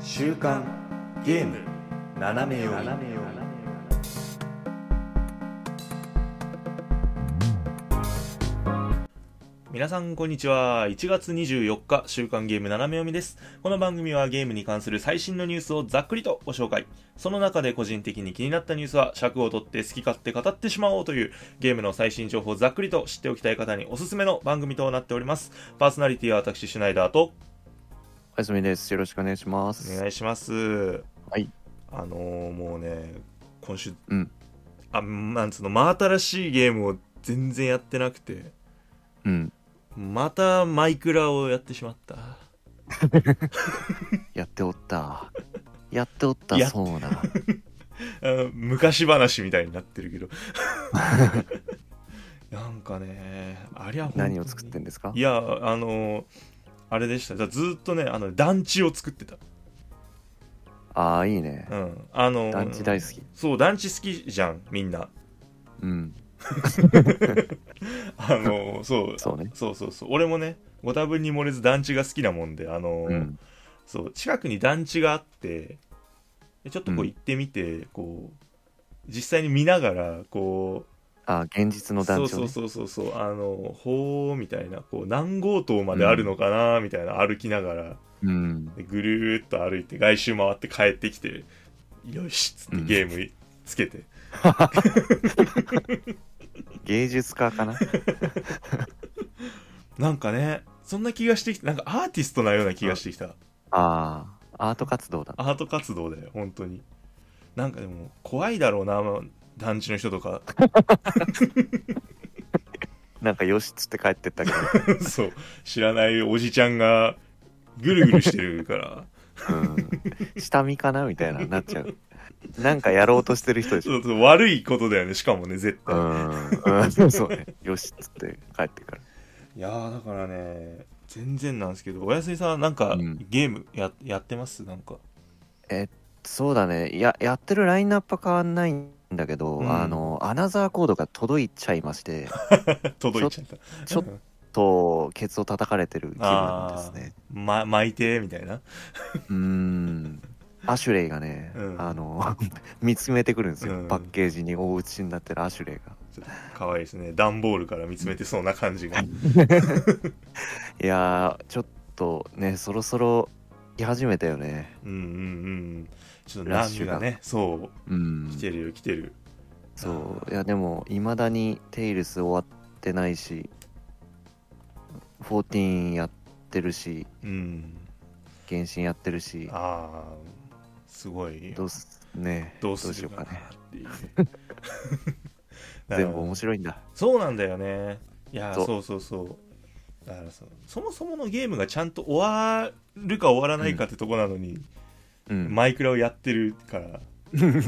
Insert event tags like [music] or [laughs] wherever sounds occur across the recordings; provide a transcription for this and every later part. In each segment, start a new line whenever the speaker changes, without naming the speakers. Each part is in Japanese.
週刊ゲーム斜め読み皆さんこんにちは1月24日週刊ゲーム斜め読みですこの番組はゲームに関する最新のニュースをざっくりとご紹介その中で個人的に気になったニュースは尺を取って好き勝手語ってしまおうというゲームの最新情報をざっくりと知っておきたい方におすすめの番組となっておりますパーソナリティは私シュナイダーと
おやすみです。よろしくお願いしま
お
す。
願いします
はい
あのーもうね今週、
うん
あなんつうの真新しいゲームを全然やってなくて
うん。
またマイクラをやってしまった
やっておった。やっておった
や、っ
そうな。
あ [laughs] 昔話みたいになってるけど [laughs] なんかねありゃ本当に
何を作ってんですか
いやあのーあれでしたずっとねあの団地を作ってた、
ああ、いいね。
うん、あのー
団地大好き。
そう団地好きじゃんみんな
うん。
あの
[laughs]
ーそう
そうね。
そうそうそう俺もねご多分に漏れず団地が好きなもんであのー、
うん。
そう近くに団地があってでちょっとこ
う
うん行ってみて、こう実際に見ながらこ
ああ、現実
う
の
そ
団
う
地を
そう
ね。
そうそうそうあのほうみたいなこう何号棟まであるのかなみたいな、歩きながら
うん。
でぐるーっと歩いて外周回って帰ってきてよしっつっ
う
て
ん
ゲームつけて、
芸術家かな
なんかねそんな気がしてきてなんかアーティストなような気がしてきた
ああ、アート活動だ。
アート活動だよ本当になんかでも怖いだろうな団地の人とか [laughs]
なんかよしっつって帰ってったけ
そう知らないおじちゃんがぐるぐるしてるから
ど、うん。下見かなみたいな、なっちゃう。なんかやろうとしてる人でし
そ
ょ。
うそう悪いことだよねしかもね
う
絶対、
ん。うんそうそうね。よしっつって帰ってから。
いやーだからね全然なんですけどおやすみさんなんか、
うん
ゲームややってますなんか [laughs]
そうだねややってるラインナップは変わんないんだけど、
うん
あのアナザーコードが届いちゃいまして
[laughs] 届いちゃった
ちょっとケツを叩かれてる気分
あ
で
あ
すね
ー、ま、巻いてみたいな
うーんアシュレイがね、
うん
あの [laughs] 見つめてくるんですよ、
うん
パッケージに大打ちになってるアシュレイが
かわいいですね段ボールから見つめてそうな感じが
いやーちょっとねそろそろ来始めたよね
うんうんうんちょっと
ラッシ
波
ュが
がねそううん来てるよ来てる
そういやでもいまだに「テイルス」終わってないし14やってるし
うん
原神やってるし
ああすごい
どうすね
どうす
し
る
よう
か
か
なっ
ね
ていう [laughs] だから
全部面白いんだ
そうなんだよねいや
そう
そうそうそうだからそそもそものゲームがちゃんと終わるか終わらないかってとこなのに、
うん
マイクラをやってるから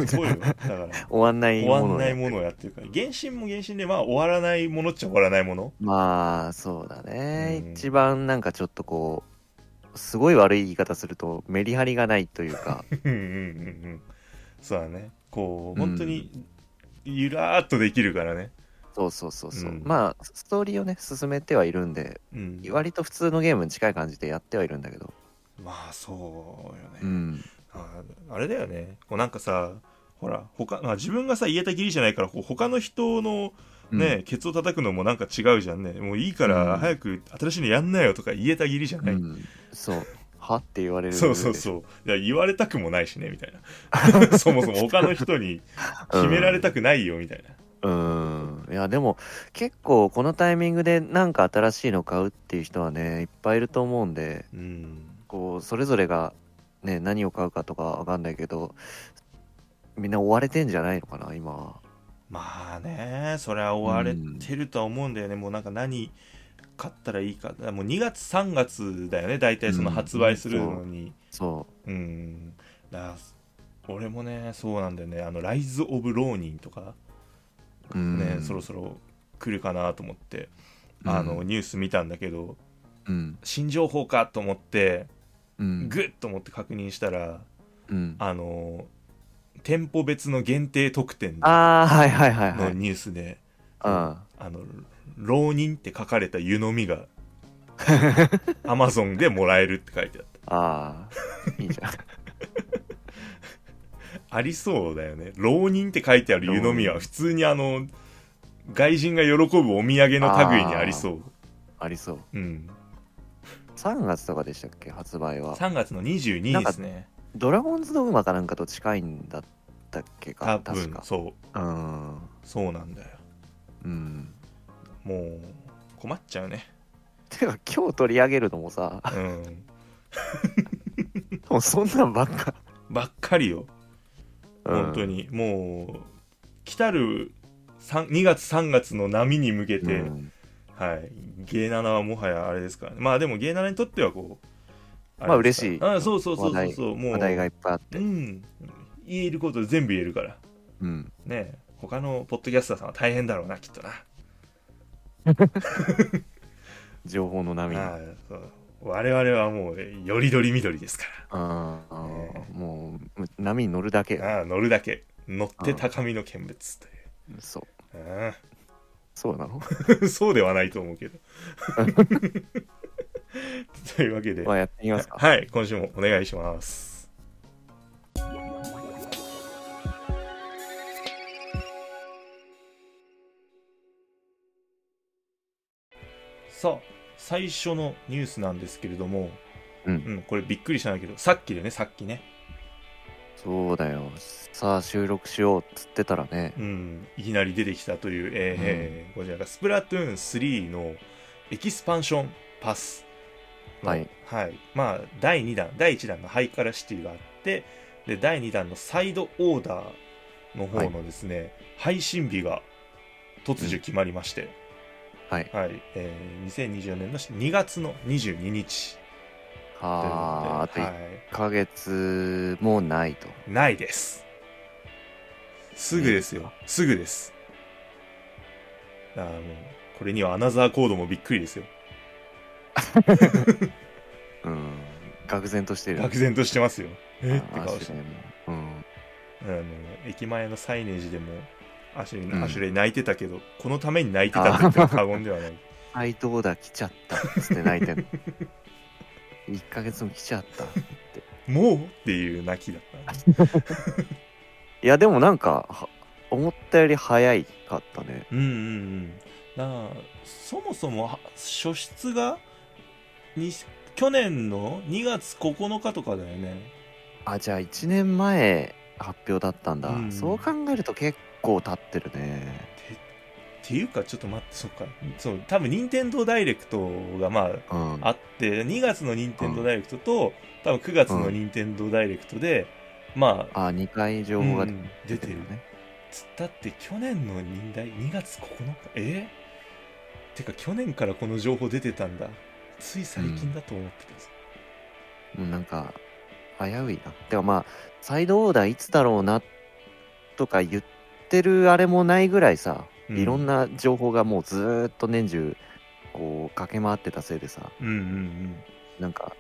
すごいよだから
終わんない
[laughs] 終
も
わ
の
ん
ね
ないものをやってるから原神も原神でまあ終わらないものっちゃ終わらないもの [laughs]
まあそうだね、
うん
一番なんかちょっとこうすごい悪い言い方するとメリハリがないという
[laughs]
か
うんうんうんうんそうだねこう
うん
本当にゆらーっとできるからね
そうそうそうそう、
うん
まあストーリーをね進めてはいるんで
うん
割と普通のゲームに近い感じでやってはいるんだけど
まあそうよね、
うん
ああれだよねこうなんかさほら他、まあ、自分がさ言えたきりじゃないからこう他の人のね、ケツを叩くのもなんか違うじゃんねもういいか
う
ら
ん
早く新しいのやんなよとか言えたきりじゃ
う、
なんい、
うんそうはって言われる
そうそう
う
そういや言われたくもないしねみたい
[laughs]
なそもそも他の人に決められたくないよみたいな、
うんいやでも結構このタイミングでなんか新しいの買うっていう人はねいっぱいいると思うんで
うん、
こうそれぞれが、ね、何を買うかとかわかんないけどみんな追われてんじゃないのかな今は
まあねそれは追われてるとは思うんだよね、もうなんか何買ったらいいかだからもう2月3月だよね大体その発売するのに、
そ
うんだから俺もねそうなんだよねあの「ライズ・オブ・ローニン」とか
う、うん、
ね、そろそろ来るかなと思って
うん
あの、ニュース見たんだけど
うん
新情報かと思って
うん
グッと思って確認したら
うん
あの店舗別の限定特典の
ああはいはいはいはいうん
ニュースで「あの浪人」って書かれた湯飲み
[laughs]
がアマゾンでもらえるって書いてあった
ああいいじゃん [laughs]
ありそうだよね浪人って書いてある湯飲み
浪
は
人
普通にあの外人が喜ぶお土産の類にありそう
ありそう
うん
3月とかでしたっけ発売は
3月の22ですね
ドラゴンズドグマかなんかと近いんだったっけ
多
か確
分
か
そう
うん
そうなんだよ
うん
もう困っちゃうね
てか今日取り上げるのもさ [laughs]
うん
もうそんなんばっか、
ばっかりよ
うん
本当にもう来たる3 2月3月の波に向けて、
うん
はい、ゲイナナはもはやあれですからねまあでもゲイナナにとってはこう
まあ
れですからあそうそうそう
話題
そうそうもう
話題がいっぱいあっ
う
て
ん言えること全部言えるから
うん
ねえ他のポッドキャスターさんは大変だろうなきっとな
情報の波
ああそう我々はもうよりどりみどりですか
ああ
ね
もう波に乗るだけ
らああ乗るだけ乗って高みの見物という
そう
ああ
そうなの
[laughs] そうではないと思うけど [laughs] というわけで
まあやってみますか
はい、今週もお願いします。さあ、最初のニュースなんですけれども、
うん
これびっくりしたんだけど、さっきでね、さっきね、
そうだよさあ収録しようっつってたらね
うん、いきなり出てきたという、えーこちらがスプラトゥーン3のエキスパンションパスの
はい、
まあ、第2弾第1弾のハイカラシティがあってで第2弾のサイドオーダーの方のですね、配信日が突如決まりまして、
はい
はいえー2024年の2月の22日ということで
ああと
は
1ヶ月もないと
い、ないですすぐですよすぐですあーもうこれにはアナザーコードもびっくりですよ
うん愕然としてる
愕然としてますよえっって
あ
顔
ア
して
シュレイもうん
あの駅前のサイネージでもアシュレイ,、
うん
アシュレイ泣いてたけどこのために泣いてたって言っても過言ではない
はい、どうだ、来ちゃった。つって泣いてんの。1ヶ月も来ちゃった。い
もうっていう泣きだったね
や、でもなんか、は思ったより早いかったね。
うんうんうんだからそもそもは初出がに去年の2月9日とかだよね
あ、じゃあ1年前発表だったんだ。
うん
そう考えると結構経ってるね。
っていうかちょっと待ってそっかそう多分任天堂ダイレクトがまあ
うん。
あって2月の任天堂ダイレクトと、多分9月の任天堂ダイレクトで、まあ
あ、2回情報が
うん
出てるよね。
つったって去年の忍耐2月9日えてか去年からこの情報出てたんだつい最近だと思ってたぞ、
もうなんか、危ういな。でもまあ、サイドオーダーいつだろうなとか言ってるあれもないぐらいさ、
うん
いろんな情報がもうずーっと年中、こう、駆け回ってたせいでさ、
うん、うんうん
なんか、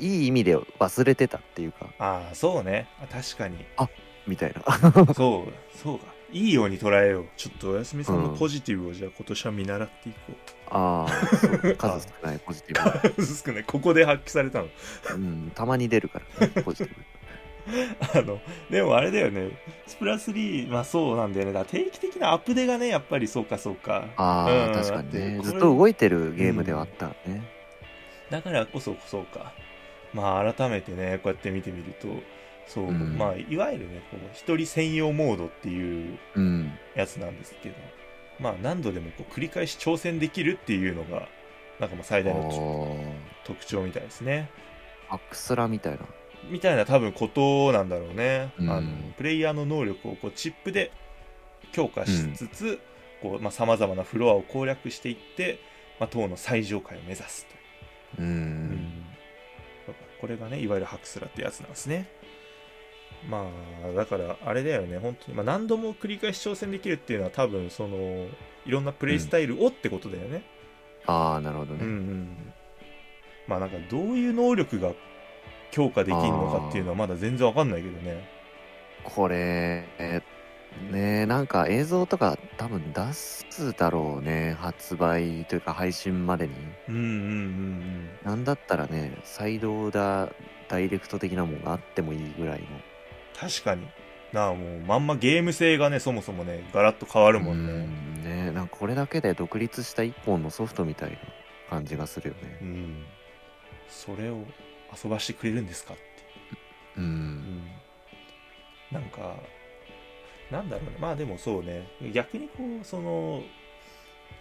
いい意味で忘れてたっていうか、
ああそうねあ確
[laughs]
かに
みたいな。 [laughs]
そうそうかいいように捉えようちょっとおやすみさんのポジティブをじゃあ今年は見習っていこ
ああ、
[laughs]
そう数少ないポジティ
う少ないここで発揮されたの
ブ。うん、たまに出るから、ね、ポジティ
あのでもあれだよねスプラ3まあそうなんだよねだから定期的なアップデーがねやっぱりそうかそうか
ブ。ああ、
うん
確かにね
だ。って
ずっと動いてるゲームではあったね。
だからこそそうかまあ改めてねこうやって見てみるとそう、
うん
まあいわゆるねこの一人専用モードっていう
うん。
やつなんですけどまあ何度でもこう繰り返し挑戦できるっていうのがなんかまあ最
あ
大の
ー
特徴みたいですね
アクスラみたいな。
みたいな多分ことなんだろうね、
うん
あのプレイヤーの能力をこうチップで強化しつつさまざ、まなフロアを攻略していって、まあ、塔の最上階を目指すという
う。
うんんこれがねいわゆるハクスラってやつなんですねまあだからあれだよね本当にまあ、何度も繰り返し挑戦できるっていうのは多分そのいろんなプレイスタイルをってことだよね
ああ、なるほど
うんう
ね。
んまあなんかどういう能力が強化できるのかっていうのはまだ全然わかんないけどね
これ、えーねえ、なんか映像とか多分出すだろうね。発売というか配信までに。
うんうんうん
なんだったらね、サイドオーダーダイレクト的なもんがあってもいいぐらいの。
確かになあもうまんまゲーム性がねそもそもねガラッと変わるもんね
うんねなんかこれだけで独立した一本のソフトみたいな感じがするよ
う
ね
ん、それを遊ばしてくれるんですかって
う
うんんなんかなんだろうねまあでもそうね逆にこうその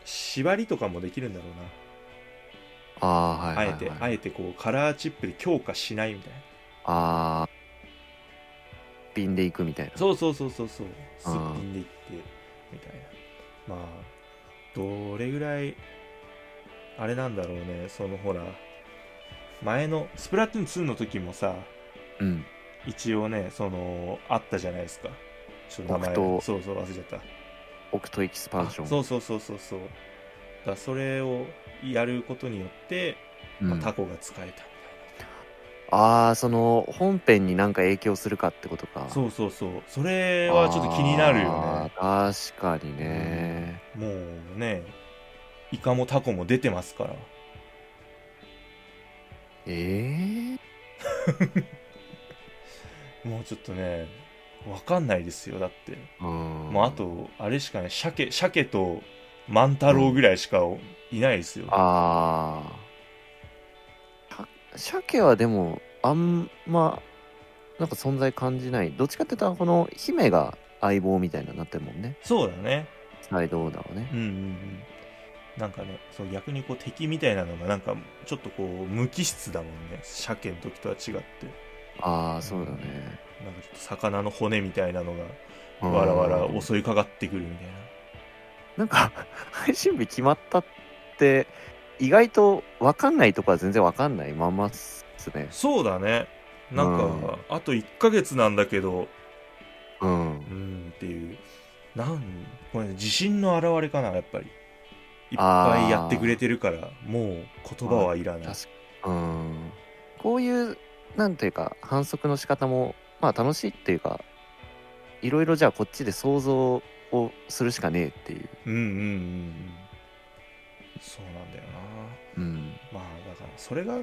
縛りとかもできるんだろうな
ああはい
あ
はい、
え
はい、
て、あえてこう、カラーチップで強化しないみたいな。
ああピンでいくみたいな
そうそうそうそうそう。す
あ
っ
ー
ぴんでいって、みたいな。まあ、どれぐらい、あれなんだろうね、そのほら、前の、スプラトゥーン2の時もさ、
うん
一応ね、その、あったじゃないですか。ちょっと名
僕
前、
と
そうそう、忘れちゃった。
オクトエキスパンション
あそうそうそうそうそう。だからそれをやることによって、
うん
まあ、タコが使えたみたい
ああその本編になんか影響するかってことか
な。そうそうそう。それはちょっと気になるよね。
あー確かにね、
もうね、イカもタコも出てますから。
ええ
もうちょっとね、わかんないですよ。だって。
うん
もうあと、あれしかね、鮭、鮭と万太郎ぐらいしかいないですよ。
ああ鮭はでもあんまなんか存在感じないどっちかって言ったらこの姫が相棒みたいななってるもんね
そうだね。
サイドオーダーはね
うんうんうん。なんかね、そう逆にこう敵みたいなのがなんかちょっとこう無機質だもんね。鮭の時とは違って。
ああそうだね
なんかちょっと魚の骨みたいなのが
うん
わらわら襲いかかってくるみたいな。
なんか配信日決まったって意外と分かんないとこは全然分かんないまんまっすね
そうだね。なんか、
うん
あと1ヶ月なんだけど、
うん
うんっていうなんこれ自信の表れかなやっぱりいっ
あー
ぱいやってくれてるからもう言葉はいらない
確かうんこういうなんていうか反則の仕方もまあ楽しいっていうかいろいろじゃあこっちで想像をするしかねえっていう、
うんうんうんうんそうなんだよ
うん、
なまあだからそれが、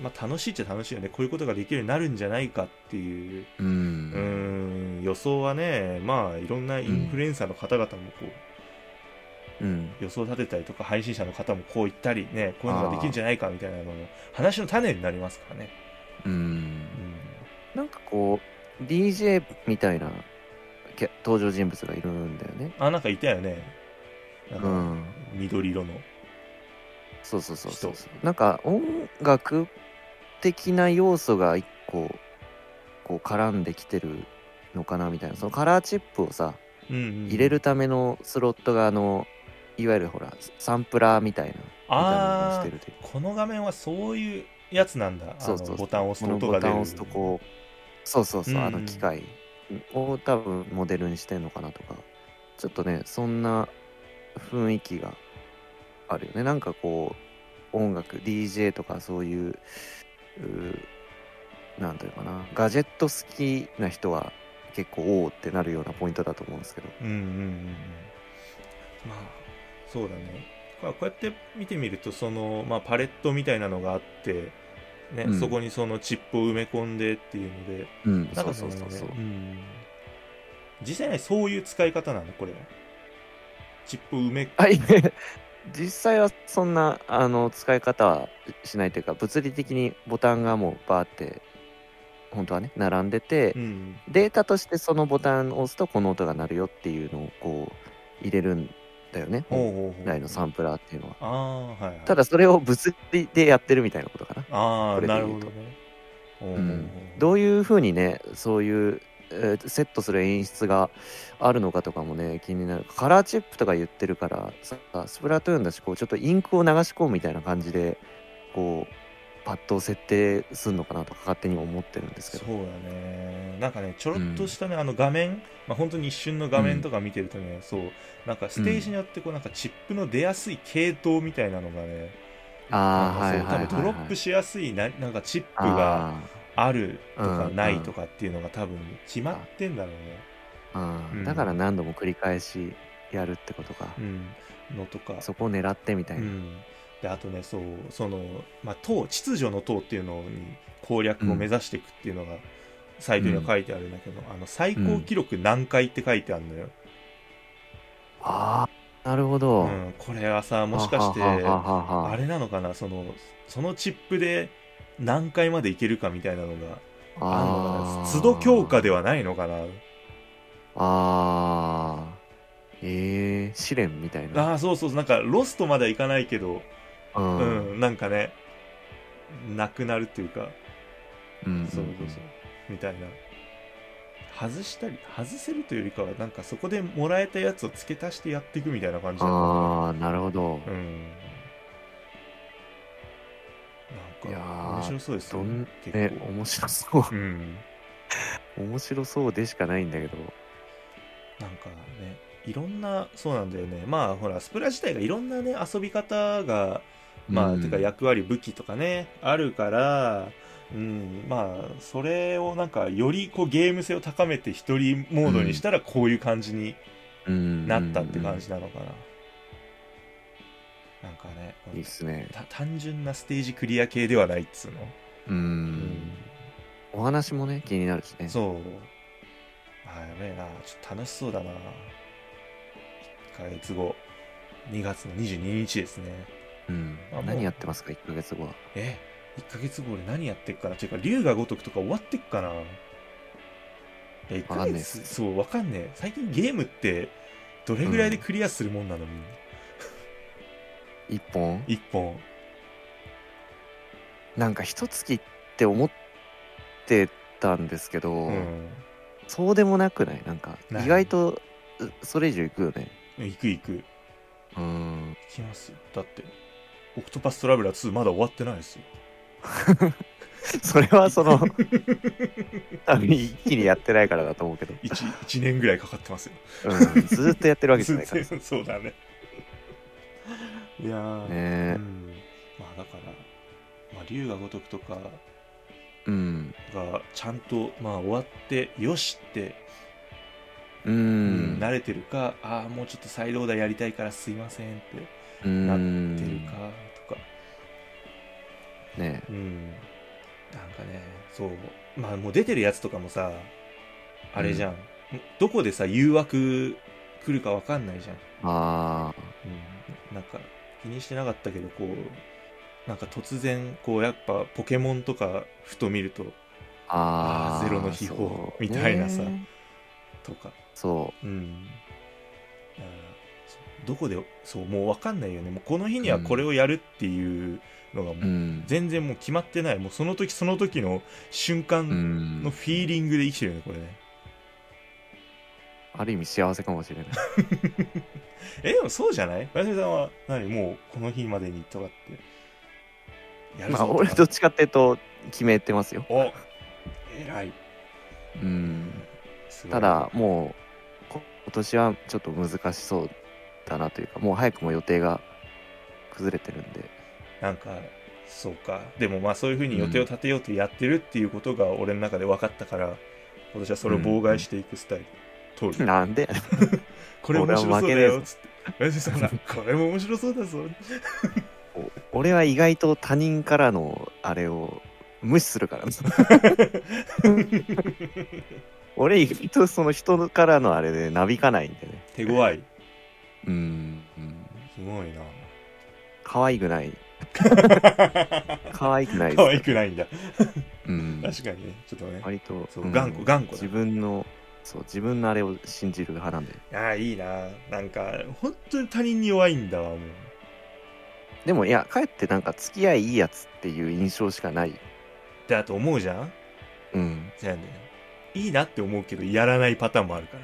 まあ、楽しいっちゃ楽しいよねこういうことができるようになるんじゃないかっていう
うん
うーん予想はねまあいろんなインフルエンサーの方々もこう、
うん
予想立てたりとか配信者の方もこう言ったりねこういうのができるんじゃないかみたいなのも話の種になりますからね、
うん
うん、
なんかこう DJ みたいなキャ登場人物がいるんだよね
あ、なんかいたよね。なん
う
か、
ん
緑色の。
そうそうそうそう
人
なんか音楽的な要素が一個こう絡んできてるのかなみたいなそのカラーチップをさ
うんうんうん
入れるためのスロットがあのいわゆるほらサンプラーみたいな見た目をし
あ
て
ー
るという
この画面はそういうやつなんだ。
そうそう
あのボタンを
そ
押
の
すと音
ボ
が
タ
出る。
ンを押すとこうそうそうそう、
うんうん
あの機械を多分モデルにしてんのかなとかちょっとねそんな雰囲気があるよねなんかこう音楽 DJ とかそういううーなんというかなガジェット好きな人は結構おーってなるようなポイントだと思うんですけど
うんうんうんうん。まあ、そうだね。まあ、こうやって見てみると、その、まあ、パレットみたいなのがあって、ね、
うん
そこにそのチップを埋め込んでっていうので、
うん
なん
そ
か
うそうそうそう、
ん実際ね、そういう使い方なの、これは。チップを埋め、
はい。 [laughs] 実際はそんなあの使い方はしないというか物理的にボタンがもうバーって本当はね並んでて、
うん。
データとしてそのボタンを押すとこの音が鳴るよっていうのをこう入れるんだよね
ほう
本
ほうほう
来のサンプラーっていうのは
ああ、はい、はい。
ただそれを物理でやってるみたいなことかな
あ
これ
あ、
で
な
言
る
う
ほ
と
どね。お
う
うん
どういうふうにねそういう、えーセットする演出があるのかとかもね気になるカラーチップとか言ってるからさスプラトゥーンだしこうちょっとインクを流し込むみたいな感じでこうパッドを設定するのかなとか勝手に思ってるんですけ
そ
ど
うだね。なんかね、ちょろっとしたね、あの画面、まあ、本当に一瞬の画面とか見てるとね、そう、なんかステージによって、こう、なんかチップの出やすい系統みたいなのがね、
ああは
ないんかそ
はい
う
はい、はい、
多分ドロップしやすいな、なんかチップが
あ
あるとか
うん
ないとかっていうのが多分決まってんだろうね。
ー、う
うん
ん、だから何度も繰り返しやるってことか、
うん。のとか。
そこを狙ってみたいうな、
ん、であとねそうその、まあ、党秩序の党っていうのに攻略を目指していくっていうのが、サイトには書いてあるんだけど、あの最高記録何回って書いてあるのよ、
ああ、なるほ
う
ど。
んこれはさもしかして
ははは
あ
はは
れなのかなそのそのチップで何回までいけるかみたいなのがあるのか
あ
な
ー
都度強化ではないのかな
ああ。ええ試練みたいな。
ああそうそうなんかロストまではいかないけど、
う
うんんなんかねなくなるっていうか
うん
そうそうそうみたいな外したり外せるというよりかはなんかそこでもらえたやつを付け足してやっていくみたいな感じだ
ああ、なるほど。
うん
い
な
や
ん
ー
か面白そうです
ど
よ
ん
ね結
え、
構、
面白そう。 [laughs]
うん
面白そうでしかないんだけど。
なんかねいろんなそうなんだよねまあほらスプラ自体がいろんなね遊び方がまあ、
うん
てか役割武器とかねあるからうんまあそれをなんかよりこうゲーム性を高めて一人モードにしたらこういう感じに
うん
なったって感じ。なのかな、なんかね
いいっすね。
た単純なステージクリア系ではないっつうの、
う。
うん
お話もね、気になるしね。
そうあやべえなちょっと楽しそうだな1ヶ月後2月の22日ですね
うん
あもう。
何やってますか、1ヶ月後は。
え1ヶ月後俺何やってっかなていうか龍が如くとか終わってっかなえ1
わか
ヶ
んねえっ
月
す
そうわかんねえ最近ゲームってどれぐらいでクリアするもんなのみんな
1本
1本
なんか一月って思ってたんですけど、
うん
そうでもなくないなんか
ない
意外とうそれ以上いくよね
行く行く
うん
行きますよだってオクトパストラベラー2まだ終わってないですよ
それはその多分一気にやってないからだと思うけど、 [laughs]
1, 1年ぐらいかかってますよ
うん、ずーっとやってるわけじゃない
[laughs]
からね
全然そうだねいやー、う
え
ん、まあだから、まあ、龍が如くとか
うん
がちゃんと、まあ、終わってよしって、
う
うん
ん
慣れてるかああもうちょっと再動だやりたいからすいませんって
うん
出るかとか
ね
うん、なんかねそうまあもう出てるやつとかもさあれじゃん、どこでさ誘惑来るかわかんないじゃん
ああ
うん、なんか気にしてなかったけどこうなんか突然こうやっぱポケモンとかふと見ると
あ
あー
あ
ゼロの秘宝
そう
みたいなさ
ね
とか
そ
うんだからそうどこでそうもう分かんないよねもうこの日にはこれをやるっていうのが
う
もう
うん
全然もう決まってないもうその時その時の瞬
う
間
ん
のフィーリングで生きてるよねこれね
ある意味幸せかもし
[laughs]
れない
えでもそうじゃない林さんは何もうこの日までにとかってやるぞ
まあ
とか
俺どっちかっていうと決めてますよ
お偉い
うん
すごい
ただもうこ今年はちょっと難しそうだなというかもう早くも予定が崩れてるんで [laughs]
なんかそうかでもまあそういうふうに予定を立てようとやってるっていうことが俺の中で分かったから、今年はそれを妨害していくスタイル、通る
なんで
これ面白そうだよっつって私さほらこれも面白そうだぞ
お俺は意外と他人からのあれを無視するから
[laughs]
俺意外とその人からのあれでなびかないんでね
手強
[laughs]
い
うんうん
すごいな
可愛くない可愛くないです
可愛くないんだ
うん
確かにねちょっとね
割と
そう
うん
頑固頑固だ
自分のそう自分のあれを信じる派なんで
ああいいななんか本当に他人に弱いんだわもう
でもいやかえってなんか付き合いいいやつっていう印象しかない
だと思うじゃん
うん
じゃあねいいなって思うけどやらないパターンもあるから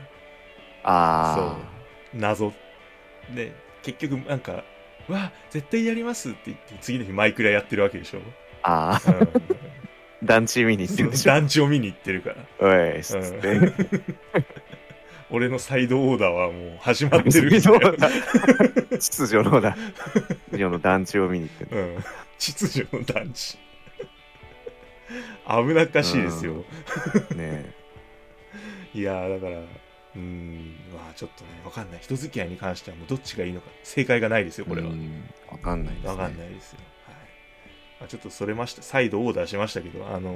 あ
謎で結局なんか「うわ絶対やります」って言って次の日マイクラやってるわけ
[laughs]
でしょ、
ーあ
う
ー
ん、
[laughs] 団地見に行って
そ
る
の
でしょ
団地を見に行ってるから
おいっつって、
俺のサイドオーダーはもう始まってる
そうだ秩序のだ秩序の団地を見に行ってる
うん、秩序の団地危なっかしいですよ、
ね
いやーだからうんまあちょっとねわかんない人付き合いに関してはもうどっちがいいのか正解がないですよこれは、
わかんないです、ね、
わかんないですよ、はい [laughs] まあ、ちょっとそれました再度オーダーしましたけどあの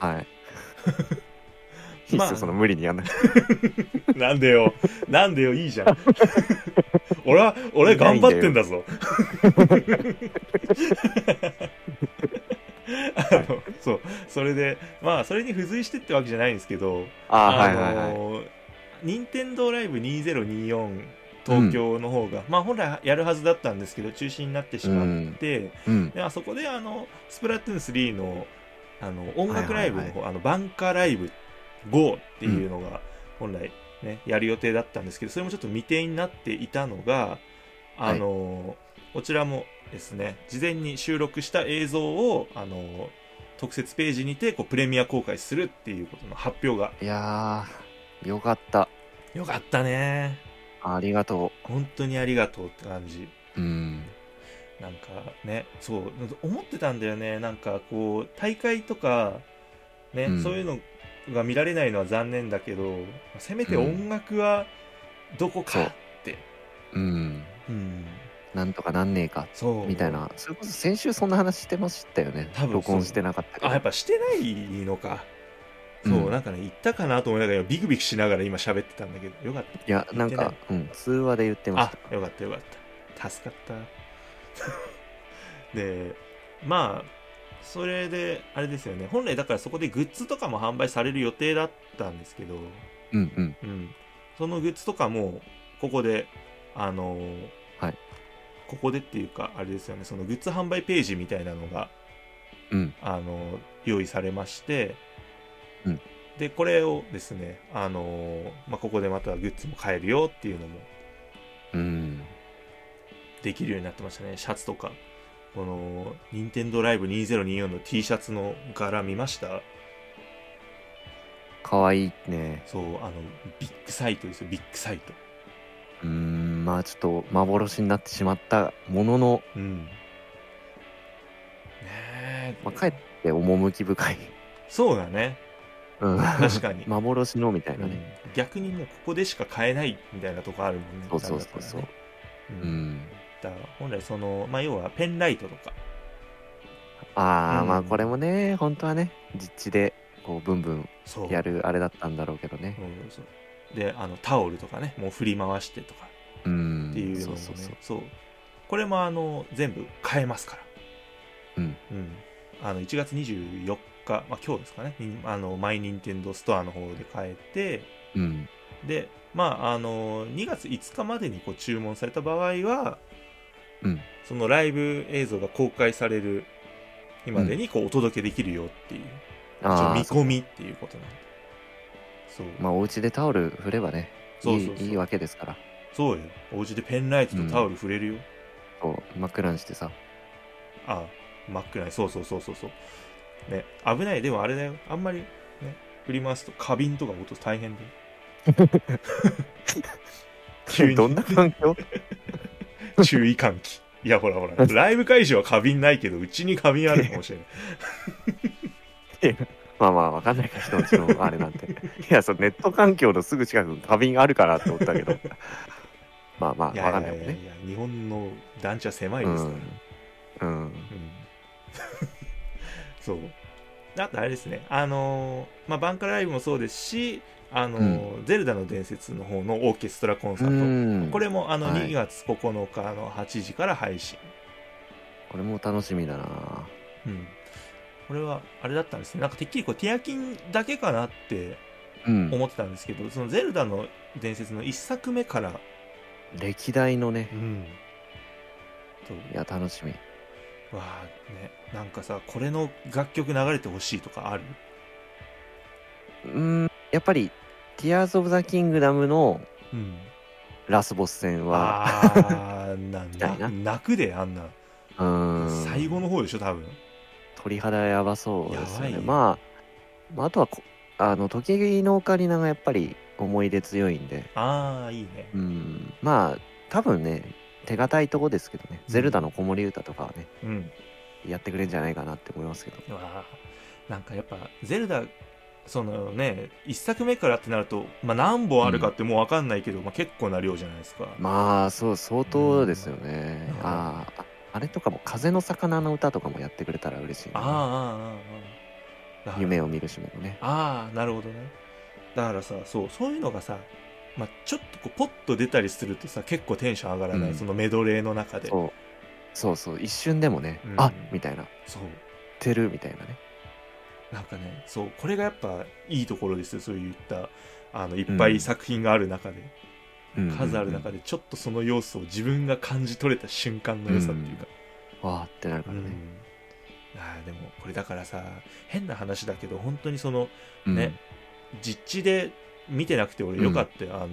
ー
はいいいっ
ますあ
よ、その無理にやんなくて。
なんで [laughs] よ。なんでよ、いいじゃん。俺は、俺は頑張ってんだぞ。 [laughs] あのそう。それで、まあ、それに付随してってわけじゃないんですけど、
ああ、
[laughs] あ
はいはいはい。
のー、任天堂ライブ2024東京の方が、まあ、本来やるはずだったんですけど、中止になってしまって、
うん。
であそこであのスプラトゥーン3のあの音楽ライブの方、
は
あのバンカーライブ GO っていうのが本来、ねやる予定だったんですけどそれもちょっと未定になっていたのがあの、こちらもですね事前に収録した映像をあの特設ページにてこうプレミア公開するっていうことの発表が
いやー、よかった。
よかったね
ありがと
本当にありがとうって感じ
う。うん。
なんかねそう思ってたんだよねなんかこう大会とかね、
うん
そういうのが見られないのは残念だけどせめて音楽はどこかって、
うん。
うん
なんとかなんねえか、
そう
みたいな。それこそ先週そんな話してましたよね
多分。そう
録音してなかったけど。
あやっぱしてないのか
うん
そう、なんかね言ったかなと思いながらビクビクしながら今喋ってたんだけどよかった
いや、なん
言っ
か、うん、通話で言ってまし
あ
た。
よかったよかった助か
[laughs]
ったでまあそれであれですよね本来だからそこでグッズとかも販売される予定だったんですけど、
うんうん。
うん、そのグッズとかもここであのー
はい
ここでっていうかあれですよねそのグッズ販売ページみたいなのが
うん。
あの用意されまして、
うん
でこれをですね、あのーまあ、ここでまたグッズも買えるよっていうのも
うん。
できるようになってましたねシャツとかこの任天堂ライブ2024の T シャツの柄見ました
かわいいね。
そうあのビッグサイトですよビッグサイト
うーん、まあちょっと幻になってしまったものの、
うんねえ、
まあ、かえって趣深い。
そうだね
うん。
確かに
[laughs] 幻のみたいな
う
ね。
ん逆にもうここでしか買えないみたいなとこあるもんね
そうそうそうそう
なんだったらね
う
うん
ん。
だから本来その、まあ、要はペンライトとか
ああ、
うん
まあこれもね、本当はね、実地でこうブンブン
そう
やるあれだったんだろうけどね。
うんそうであのタオルとかねもう振り回してとか
うん。
っていうのも
そ
ね
うそうそう。
そうこれもあの全部変えますから
うん、
あの1月24日、まあ、今日ですかねにあのマイニンテンドストアの方で変え
うん。
てでまああの2月5日までにこう注文された場合は、
うん
そのライブ映像が公開される日までにこうお届けできるよっていう、一応
あ
見
あ、
込みっていうことなんでそう
まあお家でタオル振ればね、い
そうそう
い
そう
いいわけですから。
そうよお家でペンライトとタオル触れるよ、
こう真っ暗にしてさ。
あ真っ暗いそうそうそうそうそうね危ないでもあれだよあんまりね振り回すと花瓶とか落とす大
[laughs]
変だよ急に
どんな環境
注意喚起いやほ
[laughs]
らほらライブ会場は花瓶ないけどうちに花瓶あるかもしれない
まあまあわかんないから人のちのあれなんて [laughs] いやそのネット環境のすぐ近くに花瓶あるかなと思ったけ [laughs] どまあまあわ
いやい
か
や
ん
い
ないもん
やいや
ね
日本の団地は狭いですから、
うん、うん、
うん、 [laughs] そうあとあれですねあのーまあバンカライブもそうですしあのーゼルダの伝説の方のオーケストラコンサート、
うん
これもあの
はい
2月9日の8時から配信、
これも楽しみだな
うん、これはあれだったんですねなんかてっきりこうティアキンだけかなって
うん
思ってたんですけど、その「ゼルダの伝説」の1作目から、
歴代のね
うん、と
いや楽しみ
わあねなんかさこれの楽曲流れてほしいとかある
うんやっぱり「Tears of the Kingdom」の
うん
ラスボス戦は
ああな
た [laughs] いな
な泣くであんな、
うん
最後の方でしょ多分
鳥肌やばそうですよ
や
ね
ばい
まあ、まあ、あとはこあの時計のオカリナがやっぱり思い出強いんで
ああいいね
うんまあ多分ね手堅いとこですけどね、
うん
ゼルダの子守歌とかはね
うん
やってくれるんじゃないかなって思いますけど
うわーなんかやっぱ「ゼルダ」そのね1作目からってなると、まあ、何本あるかってもう分かんないけど、まあ、結構な量じゃないですか、
まあそう相当ですよね、
うん
あーああれとかも「風の魚の歌」とかもやってくれたら嬉しい、ね、
ああああああああ
夢を見るしもね
ああなるほどねだからさそうそういうのがさ、まあ、ちょっとこうポッと出たりするとさ結構テンション上がらない、
うん
そのメドレーの中で
そうそうそう一瞬でもね、
うん
あみたいな
そう
てるみたいなね
なんかねそうこれがやっぱいいところですよそういったあのいっぱい作品がある中で、
うん
数ある中
で
でちょっとその要素を自分が感じ取れた瞬間の良さっていうか、
わーってなるから
うん
ね、
あーでもこれだからさ変な話だけど本当にその
うん
ね実地で見てなくて俺
うん
よかったよ、あの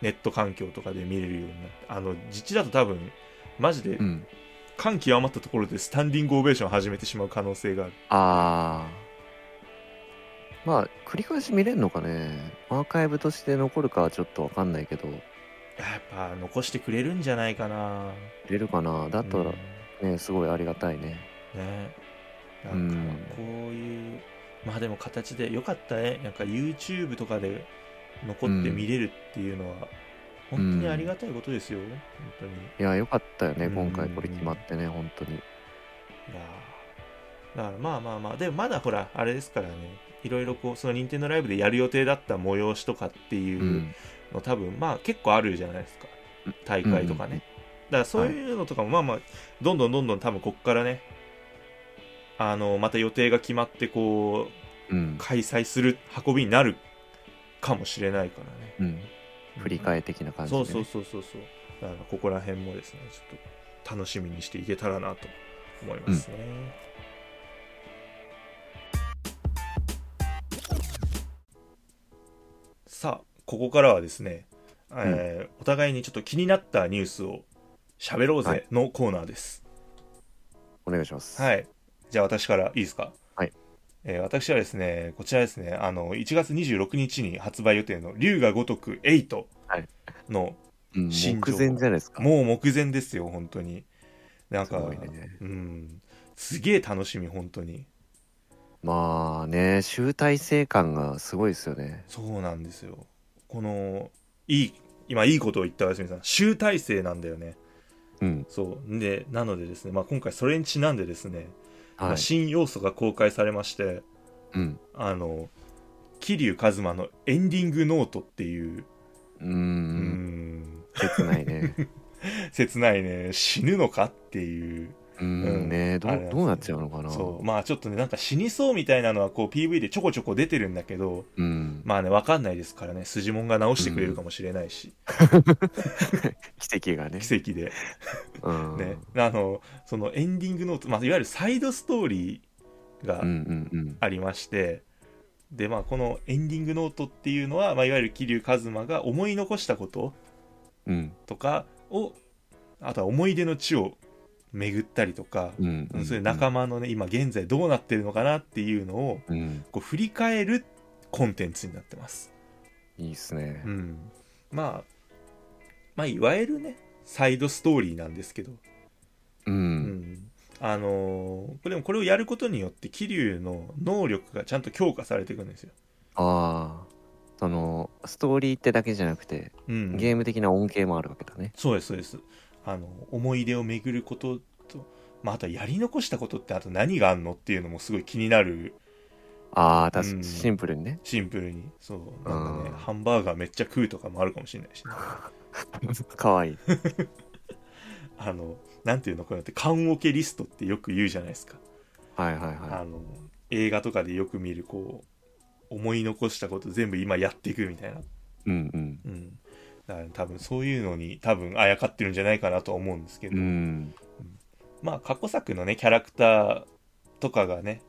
ネット環境とかで見れるようになってあの実地だと多分マジで
うん
感極まったところでスタンディングオベーション始めてしまう可能性がある
あーまあ繰り返し見れるのかねアーカイブとして残るかはちょっとわかんないけど
やっぱ残してくれるんじゃないかな
出るかなだったら
うん
ね、すごいありがたいね
ねな
うん
んかこういうまあでも形でよかったねなんか YouTube とかで残って見れるっていうのは
うん
本当にありがたいことですよ、本当にい
いやよかったよね
うん
今回これ決まってね本当に
やーだからまあまあまあでもまだほらあれですからねいろいろこうその任天堂ライブでやる予定だった催しとかっていううの、多分まあ結構あるじゃないですか大会とかね、
うん
だからそういうのとかもまあまあどんどんどんどん多分こっからねあのまた予定が決まってこう
うん
開催する運びになるかもしれないからね。
うん振り替え的な感じで
そ
ね
うそうそうそうそう。だからここら辺もですね、ちょっと楽しみにしていけたらなと思いますね。さあ、ここからはですね、えーお互いにちょっと気になったニュースを喋ろう
はい
ぜのコーナーです。
お願いします
はい。じゃあ私からいいですか。
はい。
えー私はですね、こちらですね、あの、1月26日に発売予定の龍が如く8
はい
の、
うん
新
目
情報
前じゃないですか
もう目前ですよ、本当に。なん
す
か、
ごいね
うん、すげえ楽しみ、本当に。
まあね集大成感がすごいですよね
そうなんですよ。この、いい、今いいことを言った、あすみさん。集大成なんだよね。
うん
そう。で、なのでですね、まあ今回それにちなんでですね、ま
は
あ
い
新要素が公開されまして、
うん
あの桐生一馬のエンディングノートっていう
う
うんん
切ないね
切ないね死ぬのかって [laughs] いう
うんねど
あれなん
う
ですよ
どうなっちゃうのかな
そうまあちょっとねなんか死にそうみたいなのはこう PV でちょこちょこ出てるんだけど
うん
まあねわかんないですからね筋もんが直してくれるかもしれないし、
奇跡がね
奇跡で
うん
ね、あのそのエンディングノート、まあ、いわゆるサイドストーリーが
うんうんうん
ありまして、でまあこのエンディングノートっていうのは、まあ、いわゆる桐生一馬が思い残したこと
うん
とかをあとは思い出の地を巡ったりとか、
うんうん
そういう仲間のね今現在どうなってるのかなっていうのを
うん
こう振り返るコンテンツになってます、
いいっすね
うん、まあまあいわゆるねサイドストーリーなんですけど、
う
うんん、あのーこれでもこれをやることによって桐生の能力がちゃんと強化されていくんですよ、
ああそのストーリーってだけじゃなくて
うん、
ゲーム的な恩恵もあるわけだね
そうですそうですあの思い出を巡ることと、まあ、あとはやり残したことってあと何があんのっていうのもすごい気になる
ああ確
う
か
ん
シンプルにね
シンプルにそうなんかね
うん
ハンバーガーめっちゃ食うとかもあるかもしれないしね、
かわい
[laughs]
い
あのなんていうのこうやって缶オケリストってよく言うじゃないですか、
はいはいは
あの映画とかでよく見るこう思い残したこと全部今やっていくみたいな、
いうんうん
うん、だから多分そういうのに多分あやかってるんじゃないかなとは思うんですけど、
うん
まあ過去作のねキャラクターとかがね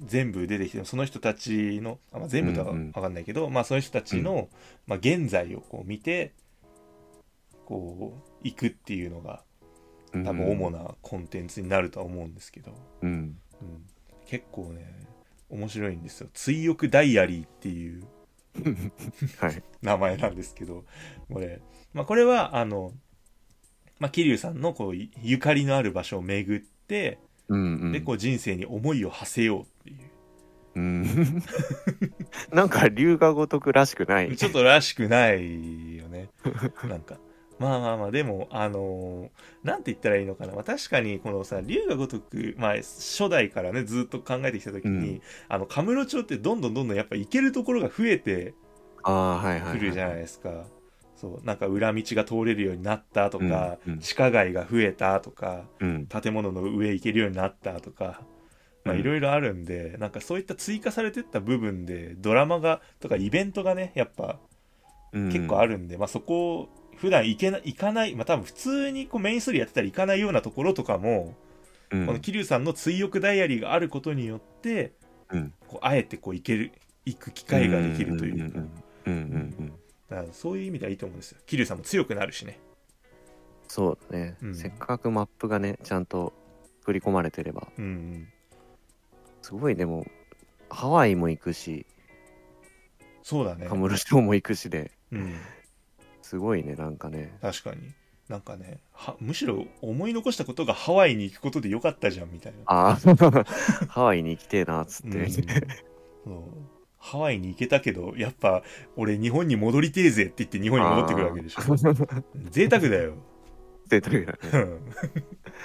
全部出てきてもその人たちの、あまあ、全部とは
うんうん
分かんないけど、まあその人たちの、まあ、現在をこう見てこう行くっていうのが
うん
多分主なコンテンツになるとは思うんですけど、
うん
うん結構ね面白いんですよ「追憶ダイアリー」っていう
はい
名前なんですけどこれ,、まあ、これはあの、まあ、桐生さんのこうゆゆかりのある場所を巡って、
うんうん
でこう人生に思いを馳せようっていう
うん [laughs] なんか龍が如くらしくない
[laughs] ちょっとらしくないよ [laughs] ね。なんか。まあまあまあ、でも、あのーなんて言ったらいいのかな。まあ、確かに、このさ、龍が如く、まあ、初代からね、ずっと考えてきたときに、
うん
あの、カムロ町ってどんどんどんどんやっぱ行けるところが増えて
ああ、はいはい、はい。
来るじゃないですか。そうなんか裏道が通れるようになったとか、
うんうん
地下街が増えたとか
うん。
建物の上行けるようになったとかまあ
うん
いろいろあるんで、なんかそういった追加されてった部分でドラマがとかイベントがねやっぱ結構あ
る。
るんで、まあそこを普段行けな行かないまあ多分普通にこうメインストーリーやってたら行かないようなところとかも、
うん
この桐生さんの追憶ダイアリーがあることによって
うん
こうあえてこう行ける行く機会ができるというか,、
んうんうんうんうんうん。
そういう意味ではいいと思うんですよ桐生さんも強くなるしね
そうだね、
うん
せっかくマップがね、ちゃんと振り込まれてれば。
うんうん
すごい、でも、ハワイも行くし、
そうだね
カムロ島も行くしで、
うん
すごいね、なんかね。
確かになんかねはむしろ思い残したことがハワイに行くことでよかったじゃんみたいな
ああ、
[laughs]
ハワイに行きてえな、つっ
うん
て。
そうハワイに行けたけどやっぱ俺日本に戻りてえぜって言って日本に戻ってくるわけでしょ贅沢だよ
贅沢だね
うん
[laughs]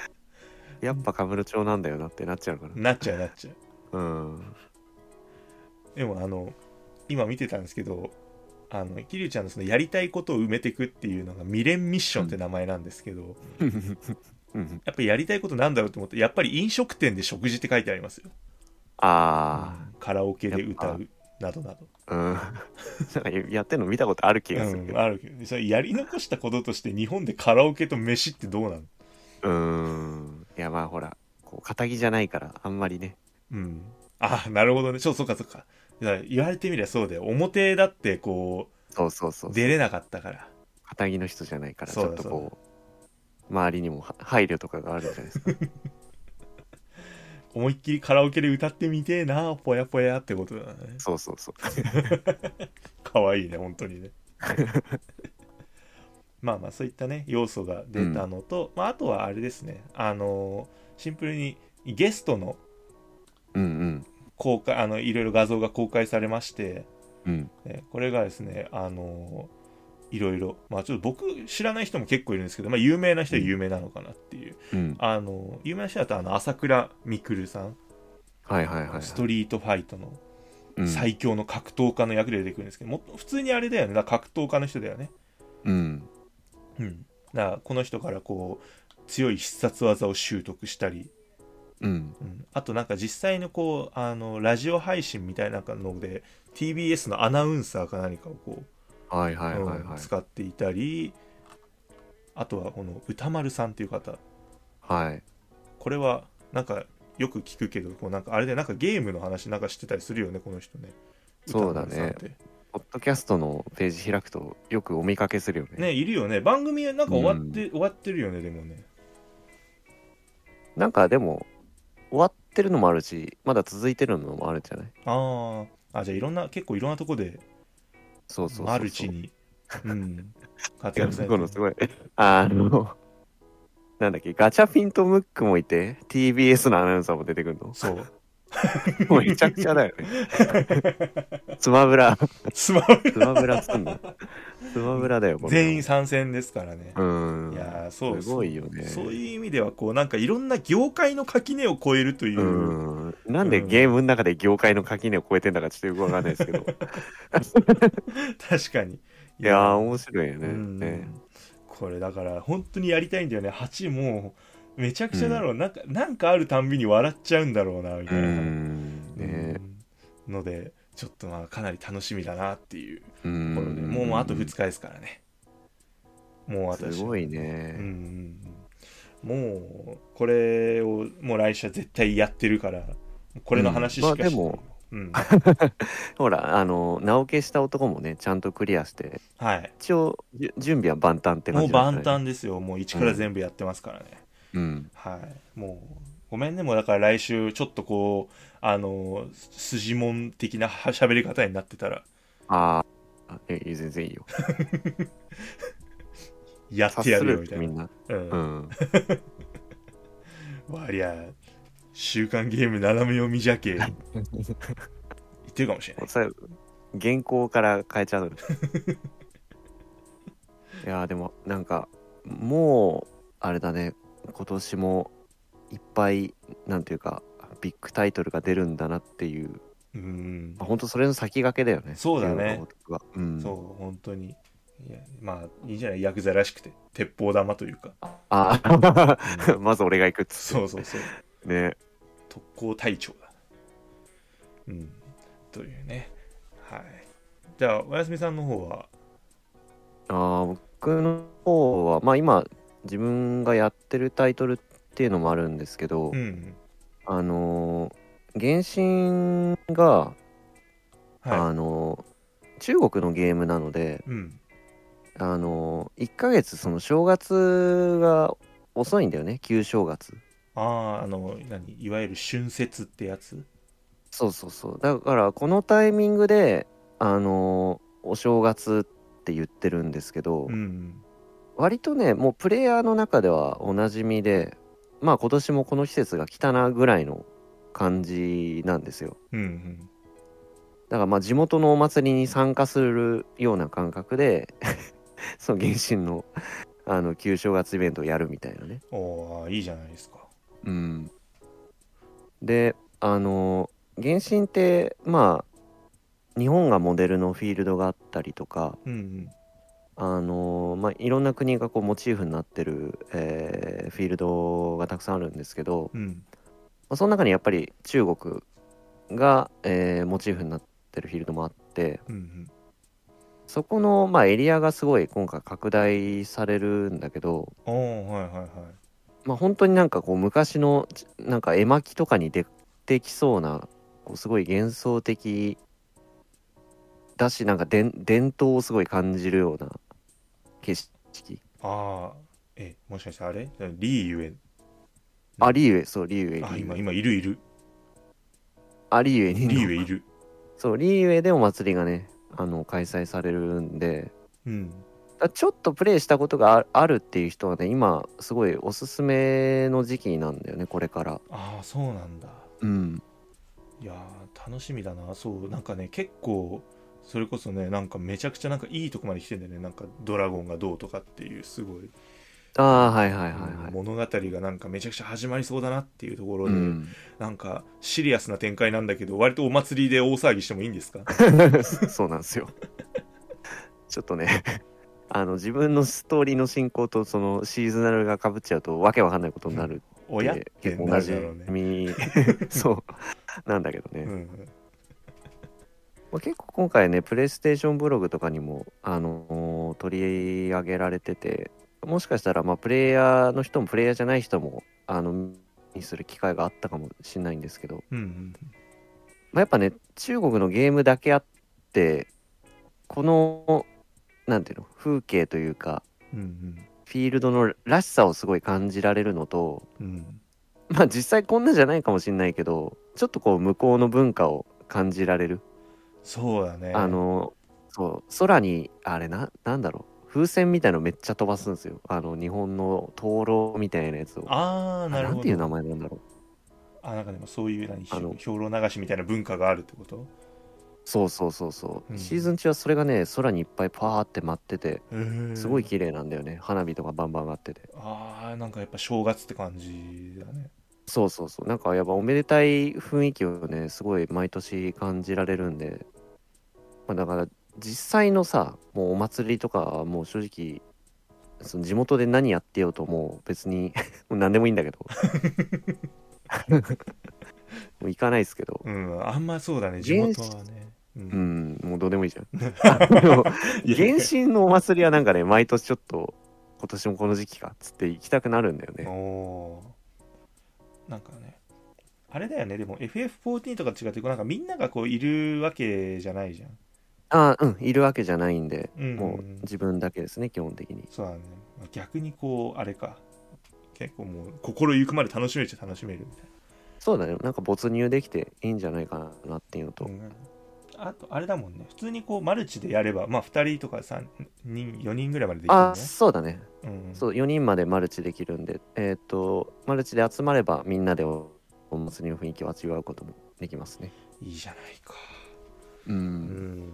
やっぱカムロ町なんだよなってなっちゃうから。
なっちゃうなっちゃう
うん。
でもあの今見てたんですけどあの桐生ちゃんのそのやりたいことを埋めていくっていうのが未練ミッションって名前なんですけど、
うん
やっぱりやりたいことなんだろうと思ってやっぱり飲食店で食事って書いてありますよ
あ
カラオケで歌うなどなど
あ、うん。 [laughs] なんかやってんの見たことある気がするけ
うん、
ど。
あるけどそれやり残したこととして日本でカラオケと飯ってどうなの
うん。いや、まあほら、こう、仇じゃないから、あんまりね。
うんあなるほどねそうそうかそうかだから言われてみりゃそうだよ表だってこ
そうそうそうう。
出れなかったから
仇の人じゃないから、ち
そ
ょ
うだ
っと
そう
こう、周りにもは配慮とかがあるじゃない
[laughs]
ですか。
思いっきりカラオケで歌ってみてえなぽやぽやってことだね
そうそうそう。
かわいいね本当に
[laughs]
ねまあまあそういったね要素が出たのと、まあ、あとはあれですねあのーシンプルにゲストの
うん
公開あのいろいろ画像が公開されまして
うん。うん。
ねこれがですね、あのーいろいろ、まあ、ちょっと僕知らない人も結構いるんですけど、まあ、有名な人は有名なのかなっていう、
うん。
あのー有名な人だとあの朝倉未来さん、
はいはいはいはい。
ストリートファイトの
うん
最強の格闘家の役で出てくるんですけど、もっと普通にあれだよねだから格闘家の人だよね、
うん。
うん、だからこの人からこう強い必殺技を習得したり、
うん。
うん、あとなんか実際のこうあのラジオ配信みたいなので TBS のアナウンサーか何かをこう
はいはいはいはい。
使っていたりあとはこの歌丸さんっていう方
はい。
これはなんかよく聞くけどこうなんかあれでなんかゲームの話なんかしてたりするよねこの人ね
そうだね
歌丸さんって
ポッドキャストのページ開くとよくお見かけするよね。
ねいるよね番組なんか終わって、終わってるよねでもね
なんかでも、終わってるのもあるし、まだ続いてるのもあるんじゃない
あーあじゃあいろんな結構いろんなとこで
そうそうそうそう。
マルチにうん活
いや。
躍さ
す [laughs]
れ
ごいの
てる
すごい。あの、なんだっけ、ガチャピンとムックもいて、TBS のアナウンサーも出てくるの。
そう
もうめちゃくちゃだよね。
[laughs]
スマブラ、
スマブ
スマブラ作んの。スマブラだよ、こ
ラ
れ
全員参戦ですからね
うん。
いやーそう
すごいよね。
そういう意味ではこうなんかいろんな業界の垣根を越えるという、
うんなんでゲームの中で業界の垣根を越えてんだかちょっとよくわかんないですけ
[laughs]
ど。
確かに
いやー、面白いよ
う
ね。
ん
ね
これだから本当にやりたいんだよね8もうめちゃくちゃだろう、なんかなんかあるたんびに笑っちゃうんだろうなみ
う
たいな、
ん。ね
うんのでちょっとまあかなり楽しみだなってい
う
うと
ん
ころで、もうもうあと2日ですからねもうあと
すごい
うんう
ね。
んうんもうこれをもう来週は絶対やってるからこれの話しかしな
うんまあ
い、
でも
うん
ほら、あの、名受けした男もね、ちゃんとクリアして、
はい
一応、じゅ準備は万端って
も
感
う
じだ
万
ったね。
端ですよもう一から全部やってますからね、
うん。
はい、もうごめんねもうだから来週ちょっとこうあの筋門的なは喋り方になってたら
あーあ、え、全然いいよ。
やっ
察
て
す
やるよ
る
みたい
み
な、
んな。
うん
うん。
わりゃ週刊ゲーム斜め読みじゃけ言ってるかもしれない
それ原稿から変えちゃ
[laughs]
うのいやーでもなんかもうあれだね今年もいっぱいなんていうかビッグタイトルが出るんだなっていう
うん
まあ、本当それの先駆けだよね。
そうだね
龍が如くは。うん、
そう本当にいやまあいいじゃないヤクザらしくて鉄砲玉というか
ああ、 [laughs] まず俺が行くっつって
そうそうそう
ね。
特攻隊長だうんというねはいじゃあおやすみさんの方は
ああ、僕の方は、まあ今、自分がやってるタイトルっていうのもあるんですけど、
うん
あのー、原神が、
は
あのー中国のゲームなので、
いうん
あのー、1ヶ月、その正月が遅いんだよね、旧正月。
あああの何いわゆる春節ってやつ
そうそうそう。だから、このタイミングで、あのーお正月って言ってるんですけど、
うん
割とねもうプレイヤーの中ではおなじみでまあ今年もこの季節が来たなぐらいの感じなんですよ
うんうん
だからまあ地元のお祭りに参加するような感覚で [laughs] その原神のあの旧正月イベントをやるみたいなね
おーいいじゃないですか
うんであの原神ってまあ日本がモデルのフィールドがあったりとか、
うん
あのーまあ、いろんな国がこうモチーフになってる、えーフィールドがたくさんあるんですけど、
うんうん
まあ、その中にやっぱり中国が、えーモチーフになってるフィールドもあって
うんうん
そこの、まあ、エリアがすごい今回拡大されるんだけど、
おおはいはいはい
まあ、本当になんかこう昔のちなんか絵巻とかに出てきそうなこうすごい幻想的だしなんか伝伝統をすごい感じるような景色。
ああえもしかしてあれリーゆえ
あ、リーウェイ、そう、リーウェイ。
あ
リーウェイ
今今いるいる
あ、リーウェイに
リーウェイいる
そう、リーウェイでお祭りがね、あの、開催されるんで、
うん
だちょっとプレイしたことがああるっていう人はね、今、すごいおすすめの時期なんだよね、これから。
ああそうなんだ
うん。
いやー楽しみだなそうなんかね結構それこそねなんかめちゃくちゃなんかいいとこまで来てんだよねなんかドラゴンがどうとかっていうすごい、
ああ、はいはいはいはい。
物語がなんかめちゃくちゃ始まりそうだなっていうところ
う
で、
ん、
なんかシリアスな展開なんだけど割とお祭りで大騒ぎしてもいいんですか
[laughs] そうなんですよ。ちょっとね、あの、自分のストーリーの進行と、その、シーズナルが被っちゃうと、わけわかんないことになるって
親って
結構
な
同
る
じ
だろうね、
み、
[laughs]
そう、なんだけどね。
うん、
まあ、結構今回ねプレイステーションブログとかにも、あのー取り上げられててもしかしたら、まあ、プレイヤーの人もプレイヤーじゃない人もあのにする機会があったかもしれないんですけど、
うんうん
まあ、やっぱね中国のゲームだけあってこのなんていうの風景というか
うん
フィールドのらしさをすごい感じられるのと
うんうん
まあ実際こんなじゃないかもしれないけどちょっとこう向こうの文化を感じられる
そうだね
あのそう空にあれななんだろう風船みたいのめっちゃ飛ばすんですよあの日本の灯籠みたいなやつを
あー
あ
なる
ん
ほ
ていう
ど
名前なんだろう
あなんかでもそういう何
あの
兵糧流しみたいな文化があるってこと
そうそうそうそう、
うん
シーズン中はそれがね空にいっぱいパーって舞ってて
へー
すごい綺麗なんだよね、花火とかバンバン上がってて
あーなんかやっぱ正月って感じだね
そうそうそうなんかやっぱおめでたい雰囲気をねすごい毎年感じられるんで、まあ、だから実際のさもうお祭りとかはもう正直その地元で何やってようともう別に [laughs] もう何でもいいんだけどもう行かないですけど
うんあんまそうだね地
原始
元はねう
うんんもうどうでもいいじゃんあの
いや
原神のお祭りはなんかね毎年ちょっと今年もこの時期かっつって行きたくなるんだよね
おーなんかねあれだよねでも FF14 とかと違ってこうなんかみんながこういるわけじゃないじゃん
ああうんいるわけじゃないんで、
うん
もう自分だけですね基本的に
そうだね逆にこうあれか結構もう心ゆくまで楽しめるっちゃ楽しめるみたい
そうだね、なんか没入できていいんじゃないかなっていうのと、
な、うんあとあれだもんね普通にこうマルチでやればまあ2人とか3人4人ぐらいまでできる
あ
ね
そうだね、
うん
そう4人までマルチできるんで、えっとマルチで集まればみんなでおお祭りの雰囲気を味わうこともできますね。
いいじゃないか
う、
うんん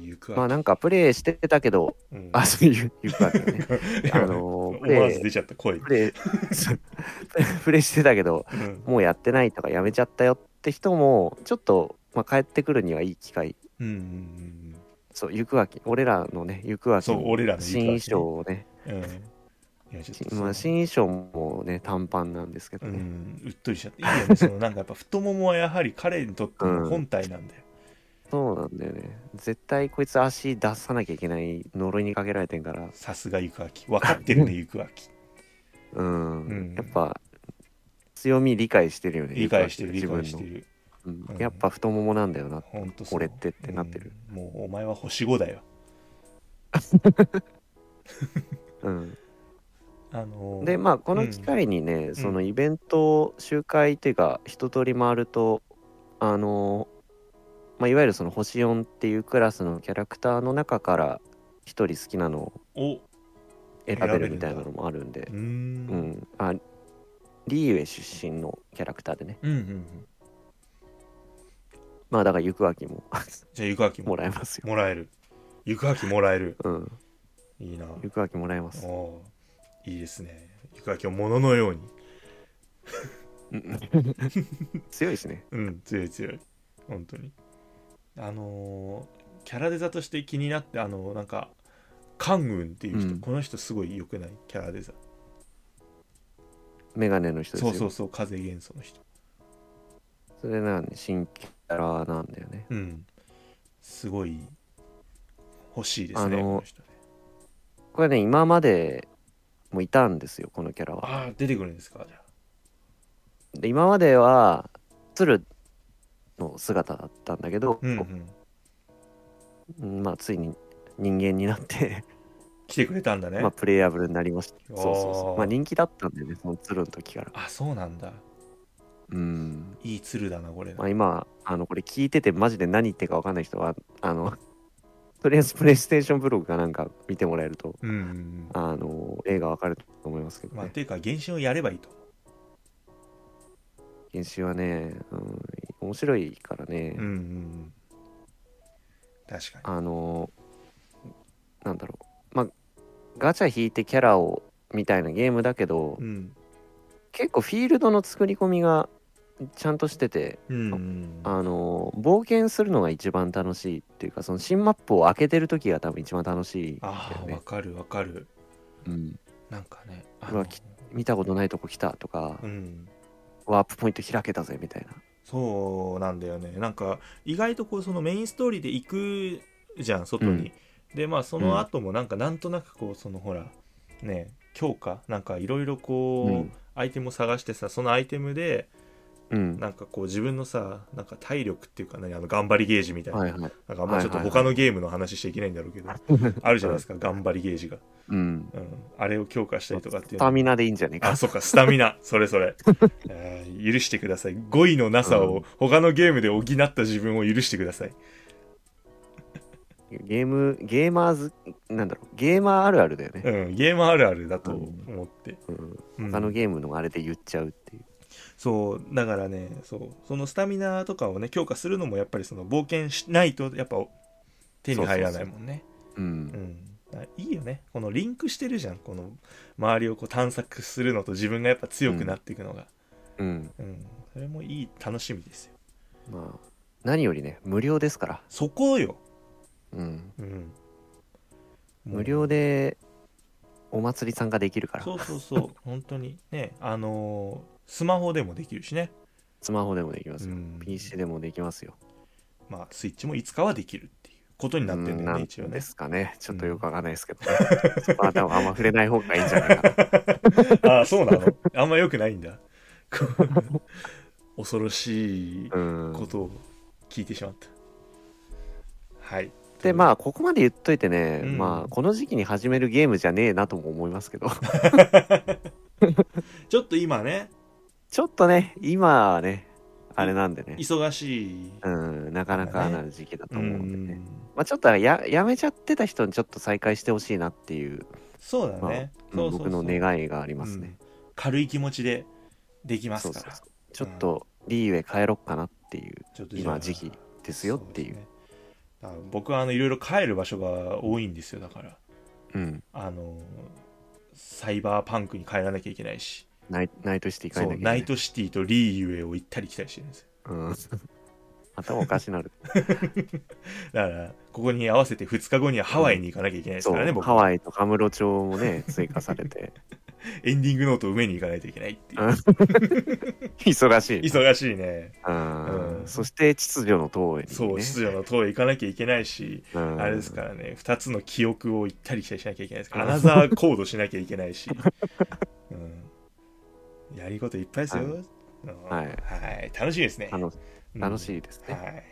ゆく
まあ
あ
なんかプレイしてたけど、
うん
あそういういうかね、
[laughs]
あの
思わず出ちゃった声、
プレイそうプレイしてたけど
うん
もうやってないとかやめちゃったよって人もちょっとまあ、帰ってくるにはいい機会
うんうんうん
そう行くわけ俺らのね行くわけ
そう俺らの行く
新
わけね
衣装をね
うん。いやちょっとその
まあ、新衣装もね短パンなんですけど
う
ね、
ん、うっとりしちゃっていいよねそのなんかやっぱ太ももはやはり彼にとっての本体なんだよ、
そうなんだよね絶対こいつ足出さなきゃいけない呪いにかけられてんから
さすが行く秋分かってるね行く秋
うん、
うん
やっぱ強み理解してるよね
理解してる理
自分の
解してる
うん
うん
やっぱ太ももなんだよな
ほんとそう
俺ってってなってる、、
うんもうお前は星5だよ
うん
あのー
でまあこの機会にね、そのイベント集会っていうか一通り回るとあのまあ、いわゆるその星4っていうクラスのキャラクターの中から一人好きなのを
おう
選べるみたいなのもあるんで
ーん
う、ん、あリーウェイ出身のキャラクターでね
うんうんうん
まあだから行く秋も [laughs]
じゃあ行く秋も
もらえますよ、
もらえる行く秋もらえる
うん、
いいな
行く秋もらえます
おーいいですね行く秋をもののように
[laughs] 強いしね
うん強い強い本当にあのーキャラデザとして気になってあのーなんかカンウンっていう人、
うん
この人すごい良くないキャラデザ
メガネの人です
そ
よ
うそうそう風元素の人
それなんで新キャラなんだよね
うんすごい欲しいですね
あのー
この人ね
これね今までもいたんですよこのキャラは
ああ出てくるんですかじゃあ
で今までは鶴の姿だったんだけど、
うん、うん、
うんまあついに人間になって、
来てくれたんだね、
まあ、プレイアブルになりましたそうそうそ
あー
うまあ人気だったんだよねその鶴の時から
あそうなんだ
うん
いい鶴だなこれ、
まあ、今あのこれ聞いててマジで何言ってるか分かんない人はあの [laughs] とりあえずプレイステーションブログかなんか見てもらえると
うんうんうん
あの映画分かると思いますけど、
まあ
ね
ていうか原神をやればいいと
原神はね、うん、面白いからね、
うんうんうん確かに
あのなんだろうまあガチャ引いてキャラをみたいなゲームだけど、
うん
結構フィールドの作り込みがちゃんとしてて
うんうん
あの冒険するのが一番楽しいっていうかその新マップを開けてる時が多分一番楽しいんだ
あ
よ
あわ
ね。
かるわかる
うん
なんかねあ
うわき見たことないとこ来たとか、
うん
ワープポイント開けたぜみたいな。
そうなんだよねなんか意外とこうそのメインストーリーで行くじゃん外に、でまあその後もなんかなんとなくこうそのほらね強化なんかいろいろこう、
うん
アイテムを探してさそのアイテムで
うん。
なんかこう自分のさなんか体力っていうか何あの頑張りゲージみたいな,、
はいはい。
なんかあんまち
はい
ょっと
はいはい
他のゲームの話しちゃいけないんだろうけ [laughs] ど、あるじゃないですか頑張りゲージが、
うん。
うん、あれを強化したりとかってい
ス
うの
タミナでいいんじゃねえ
あ、
か。
そっか、スタ
[laughs]
ミナ。それそれ。えー許してください。語彙のなさ
う
を、他のゲームで補った自分を許してください。
ゲーム、ゲーマーズ、なんだろう、ゲーマーあるあるだよ
う
ね。
ん、ゲームあるあるだと思って。
うん。
うん
他のゲームのあれで言っちゃうっていう。
そう、だからね、そう、そのスタミナとかをね、強化するのも、やっぱりその冒険しないと、やっぱ、手に入らないもんね。
う。
うんん。だからいいよね。このリンクしてるじゃん。この、周りをこう探索するのと自分がやっぱ強くなっていくのが。
うん。
うん。それもいい楽しみですよ。
まあ、何よりね、無料ですから。
そこよ。
うん。
うん。
無料で、お祭り参加できるから、
そうそうそう
[laughs]
本当にねあのースマホでもできるしね、
スマホでもできます
う
よ。
ん
PC でもできますよ。
まあスイッチもいつかはできるっていうことになってるんだよ
う
ね
ん
一応
なんで
ね
すかね。ちょっとよくわかんないですけど、ね。そこは多分あんま触れない方がいいんじゃ
[laughs]
ないかな。
ああそうなのあんま良くないんだ [laughs] こう恐ろしい
うん。
ことを聞いてしまった、はい
でまあここまで言っといてね、
うん
まあこの時期に始めるゲームじゃねえなとも思いますけど [laughs]
ちょっと今ね
ちょっとね今はねあれなんでね
忙しい
うんなかなかな時期だと
う
思うんでね、
ん
まあ、ちょっとややめちゃってた人にちょっと再開してほしいなっていう
そうだね、
うん
そうそうそう
僕の願いがありますね、
うん軽い気持ちでできます
そう
か
そう
ら
そうちょっとリーウェイ変えろっかなっていう
ちょっとじゃあ
今時期ですよっていう
そですねだから僕はあのいろいろ帰る場所が多いんですよだから
うん
あのサイバーパンクに帰らなきゃいけないし
ナイナイトシティ変
そ
えなきゃい
う
けな
ナ
い
イトシティとリーユエを行ったり来たりしてるんですよ
うん頭おかしなる。
だから、ここに合わせて2日後にはハワイに行かなきゃいけないです
そ
からね、
う、
僕
ハワイとカムロ町も
[laughs]
ね、追加されて。
エンディングノートを埋めに行かないといけないっていうう。
ん忙しい。
忙しいね。
うん
うん
そして秩序の塔へ、ね。
そう、秩序の塔へ行かなきゃいけないし、
うん
あれですからね、2つの記憶を行ったり来たりしなきゃいけないですから、アナザーコードしなきゃいけない
[laughs]
し。うん、やりこといっぱいですよ。
は
うん
はい
はい、楽しいですね。
楽し
うん
楽しいですね。
はい。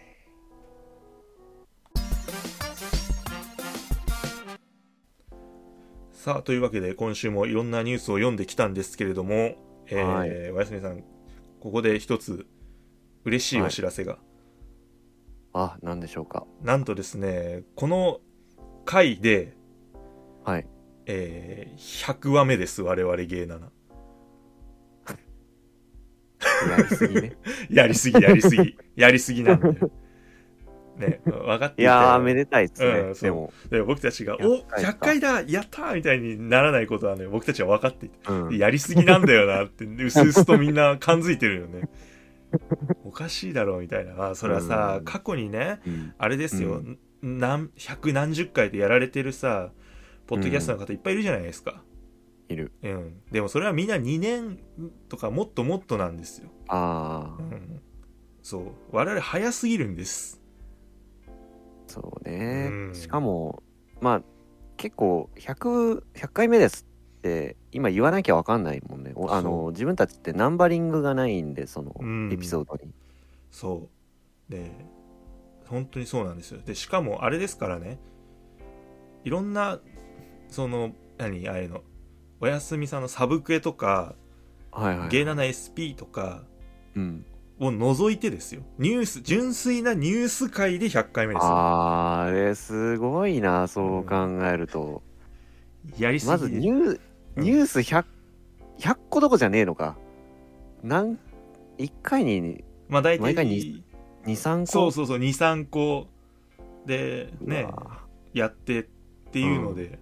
さあというわけで今週もいろんなニュースを読んできたんですけれども、えー
はい
おやすみさんここで一つ嬉しいお知らせが、
あ、なんでしょうか。
なんとですねこの回で、
はい。
えー100話目です我々芸7
やりす
[laughs]
ぎね。
やりすぎやりすぎやりすぎなんだよね分かって
い
いた
やー、
よ
めでたいですね。
うんそう
でも、
で僕たちが「お
100回か
100回だやったー!」みたいにならないことはね僕たちは分かっていて
うん、
やりすぎなんだよなって、うすうすとみんな感づいてるよね。おかしいだろうみたいな。まあ、それはさ
う、ん
過去にね、
うん
あれですよ、
う
何、百何十回でやられてるさ、ポッドキャストの方いっぱいいるじゃないですか。
いる。
うん。でもそれはみんな2年とかもっともっとなんですよ。
あ
う
あ、
ん。そう。我々早すぎるんです。
そうね、
うん
しかも、まあ、結構100、100回目ですって、今言わなきゃわかんないもんね。おあ
そ
の、自分たちってナンバリングがないんで、その
うん、
エピソードに。
そう。で、本当にそうなんですよ。で、しかもあれですからね、いろんな、その、何、ああいうの、おやすみさんのサブクエとか、
はいはい。
ゲイナナ SP とか
うん。
を除いてですよ。ニュース、純粋なニュース会で100回目ですよ。
あーあれ、すごいな、そう考えると。
やりすぎ
まずニュー、
うん
ニュース100、100個どこじゃねえのか。なん、1回に
まあ大
毎
体
回に2、3個。
そうそうそう、2、3個でね
う、わ
やってっていうので、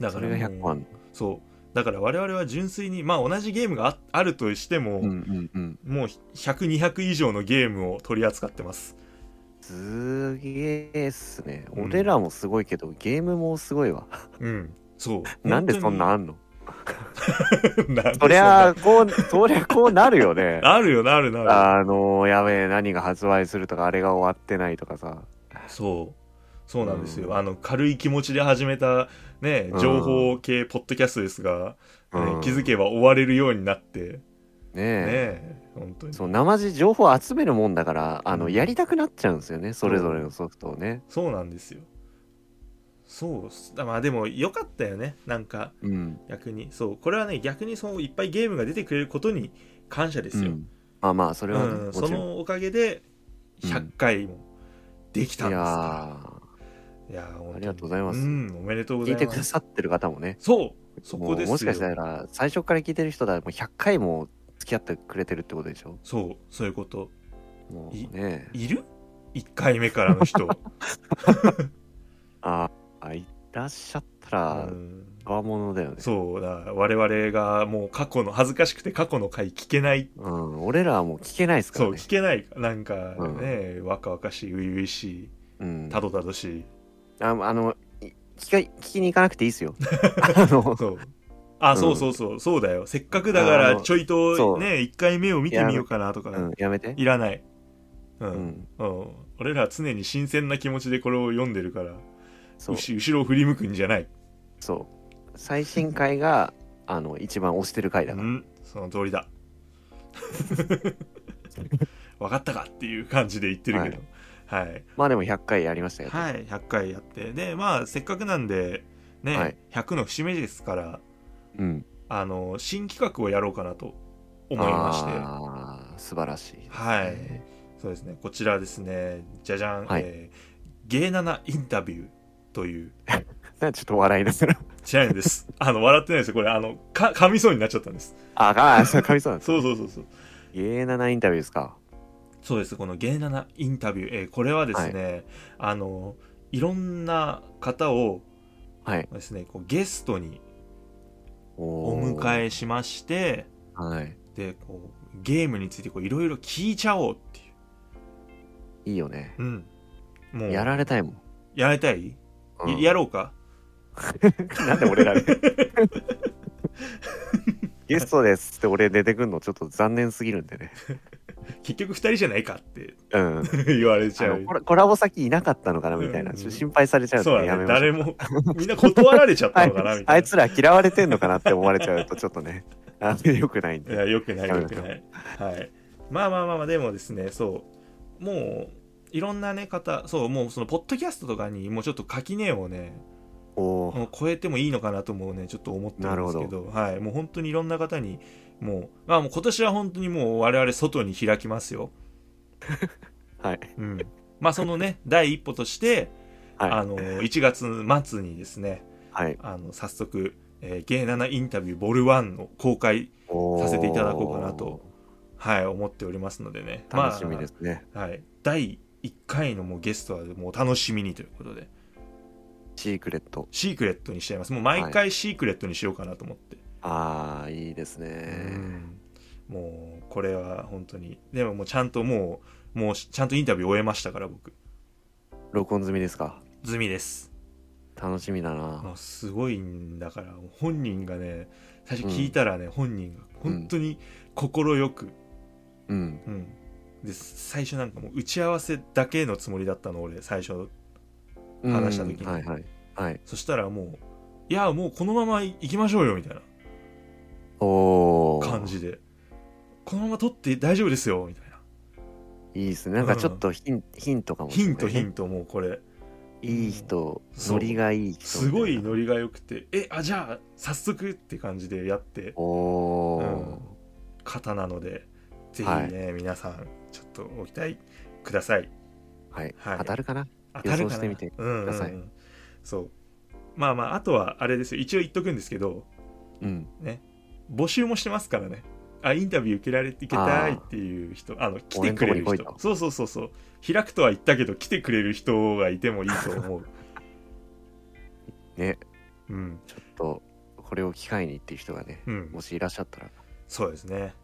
だ
ー
か
そ
ら
れ
も
が
う
100個あんの。
そう。だから我々は純粋に、まあ同じゲームがああるとしても、
うんうんうん。
もう100、200以上のゲームを取り扱ってます。
すげえっすね。
うん
俺らもすごいけど、ゲームもすごいわ。
うん。そう。
なんでそんなあんの
本当に [laughs] なんでそ
そ
ん
り
な。
ゃあ、こう、そりゃこうなるよね
[laughs] あるよな、あるな、あ
あのー、やべえ、何が発売するとか、あれが終わってないとかさ。
る。そう。そうなんですよ。
うん
あの、軽い気持ちで始めた、ね、情報系ポッドキャストですが、ね
うん
気づけば追われるようになって、
ね
ね
え。
本当に。
そう、生地情報集めるもんだから、あ
う
の、
ん
やりたくなっちゃうんですよね。それぞれのソフトをね。
そうなんですよ。そうっす。まあでも、良かったよね。なんか、
うん。
逆に。そう。これはね、逆にそう、いっぱいゲームが出てくれることに感謝ですよ。
うんまあまあ、それはね、
う
も
ん、そ
ちろん。
のおかげで100回もできたん
い
です
や
か
ー
ら、いやー本当に
ありがとうございます
うん、おめでとうござ
聞い
いま
て
す
くださってる方もね、
そうそ
も
こ
う
ですよ
もしかしたら、最初から聞いてる人だ、もう100回も付き合ってくれてるってことでしょ。
そうそういうこと
も
いう
ね。
いる ?1 回目から
[laughs]
の人、
ああ、いらっしゃった
う
ら、
ん、
たわものだよね。
そうだから我々がもう過去の恥ずかしくて過去の回聞けない
うん、俺らはもう聞けないですか
そ
ら
う
ね。
聞けないなんかね、
うん
若々しい初々し
うん
い、たどたどしい、
ああのい聞か、聞きに行かなくていいです
[laughs]
よ。あの、
そうあ、
うん
そうそうそうそうだよせっかくだからちょい
そ
と
う
ね1回目を見てみようかなとか、
うん、やめて。
いらない。う。
うんん、
うん。俺らは常に新鮮な気持ちでこれを読んでるから、
そう
う、し後ろを振り向くんじゃない。
そう。最新回が、あの、一番推してる回
う
だから。
ん。その通りだ。 [laughs] 分かったかっていう感じで言ってるけど。はい。
まあでも100回やりましたよ。
はい。100回やって。で、まあ、せっかくなんで、ね、
はい
100の節目ですから、
うん。
あの、新企画をやろうかなと思いまして。
ああ、素晴らしいですね、
はいそうですね。こちらですね。じゃじゃん。
はい
えー、ゲイナナインタビューという
なんかちょっと笑いですね。
違うんです。 [laughs] あの、笑ってないですよ。これ、あの、か、噛みそうになっちゃったんです。
ああ、あそうかみそうなんです。
[laughs] そうそうそうそう。
芸7インタビューですか。
そうです。このゲイナナインタビュー。えーこれはですね、あの、いろんな方を
はい。
ですね、こうゲストにお
お
迎
え。
えしまして、
はい。
で、こう、ゲームについてこういろいろ聞いちゃおうっていう。
いいよね。
うん。もう、
やられたいもん。
やられたい、
うん
ややろうか
[laughs] なんで俺らでゲストですって俺出てくんのちょっと残念すぎるんでね。
結局二人じゃないかって [laughs]
うん。 [laughs] あ
言われちゃ
の
う。
コラコラボ先いなかったのかなみたいな。
うん
ちょっと心配されちゃう
そう
と
だ
や
ね。
めましょう。
誰も、みんな断られちゃったのかな
あい
み
あ
たい
い
な。
つら嫌われてんのかなって思われちゃうとちょっとね。あよくないん
いや、
で。
よくない、
やめま
よく
しょう
ない。はい。まあまあまあまあ、でもですね、そう。もう、いろんなね、方、そう、もうその、ポッドキャストとかに、もうちょっと垣根をね、
おおー。
もう超えてもいいのかなともね、ちょっと思ってるんですけ
なる
ど、はい。もう本当にいろんな方に、もう、まあもう今年は本当にもう我々外に開きますよ。
はい。
うん。まあその
[laughs]
ね、第一歩として、あ
はい。
の、1月末にですね、
はい。
あの、早速、えー、ゲイナナインタビューボル1の公開、
おー
させていただこうかなと。はい、思っておりますのでね。
楽しみですね。
まあ。はい。第1回のもうゲストはもう楽しみにということで、
シークレット。
シークレットにしちゃいます。もう毎回シークレットにしようかなと思って。
ああ、いいです
う
ね。
んもう、これは本当に。でももうちゃんともう、もうちゃんとインタビュー終えましたから僕。
録音済みですか
済みです。
楽しみだな
も。うすごいんだから、本人がね、最初聞いたらね、本人が本当に快く、
うん。
うん、で最初なんかもう打ち合わせだけのつもりだったの俺最初話した時に
うんはいはい。はい。
そしたらもういやもうこのまま行きましょうよみたいな
おお。
感。じでこのまま撮って大丈夫ですよみたいない
いですね。なんかちょっとヒン,、ヒントかもしれ
ヒ
ない、
ントヒントもうこれ
ト。いい人、
そう
ノリがいい人。
すごい。ノリが良くてえあじゃあ早速って感じでやって
おお、
方なのでぜひね、皆さんちょっとご期待ください
はい。
はい
当たるかな
当たるかな
予想してみて
うんうんうん
ださい
そうまあまああとはあれですよ一応言っとくんですけど
うん。
募集もしてますからねあインタビュー受けられていけたいっていう人あの来てくれる
俺のとこに来い
人
と
そうそうそうそう開くとは言ったけど来てくれる人がいてもいいと思う [laughs]
ね
うん
ちょっと、これを機会にっていう人がね、
うん
もしいらっしゃったら。
そうですね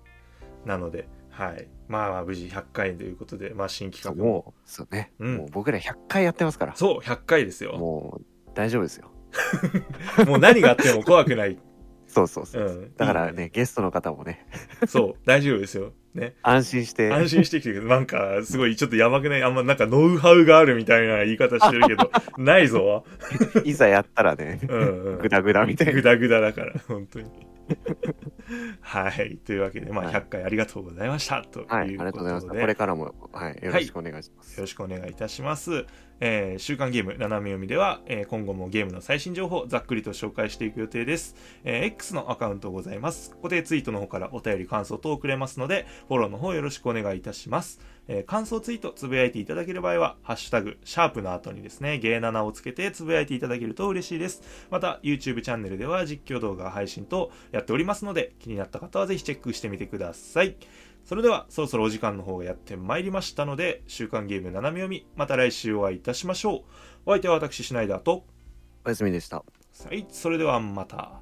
なのではいまあまあ無事100回ということでまあ新企画も
もう、そうね、
うん
もう僕ら100回やってますから。
そう100回ですよも
もう、大丈夫ですよ。
う何があっても怖くない、
そうそうそうう。
ん、
[laughs] だから
いい
ねゲストの方もね、
そう大丈夫ですよね
安心して、
安心してきてるけど、なんか、すごい、ちょっとやばくないあんま、なんか、ノウハウがあるみたいな言い方してる
[laughs]
けど、ないぞ。
いざやったらね、
うん、うん。
グダグダみたい
ぐ
な。
だぐだ
[laughs]
だから、本当に。はい。というわけで、ま
は
あ、
い
100回ありがとうございました。ということで、
はい、ありがとうございます。これからも、はい、よろしくお願いします。
よろしくお願いいたします。えー週刊ゲーム斜め読みでは、えー今後もゲームの最新情報をざっくりと紹介していく予定です。えー X のアカウントございます。固定ツイートの方からお便り感想等くれますので、フォローの方よろしくお願いいたします。えー感想ツイートつぶやいていただける場合は、ハッシュタグ、シャープの後にですね、ゲーナナをつけてつぶやいていただけると嬉しいです。また、YouTube チャンネルでは実況動画配信等やっておりますので、気になった方はぜひチェックしてみてください。それではそろそろお時間の方がやってまいりましたので週刊ゲーム斜め読みまた来週お会いいたしましょうお相手は私シュナイダーと
おやすみでした。
はいそれではまた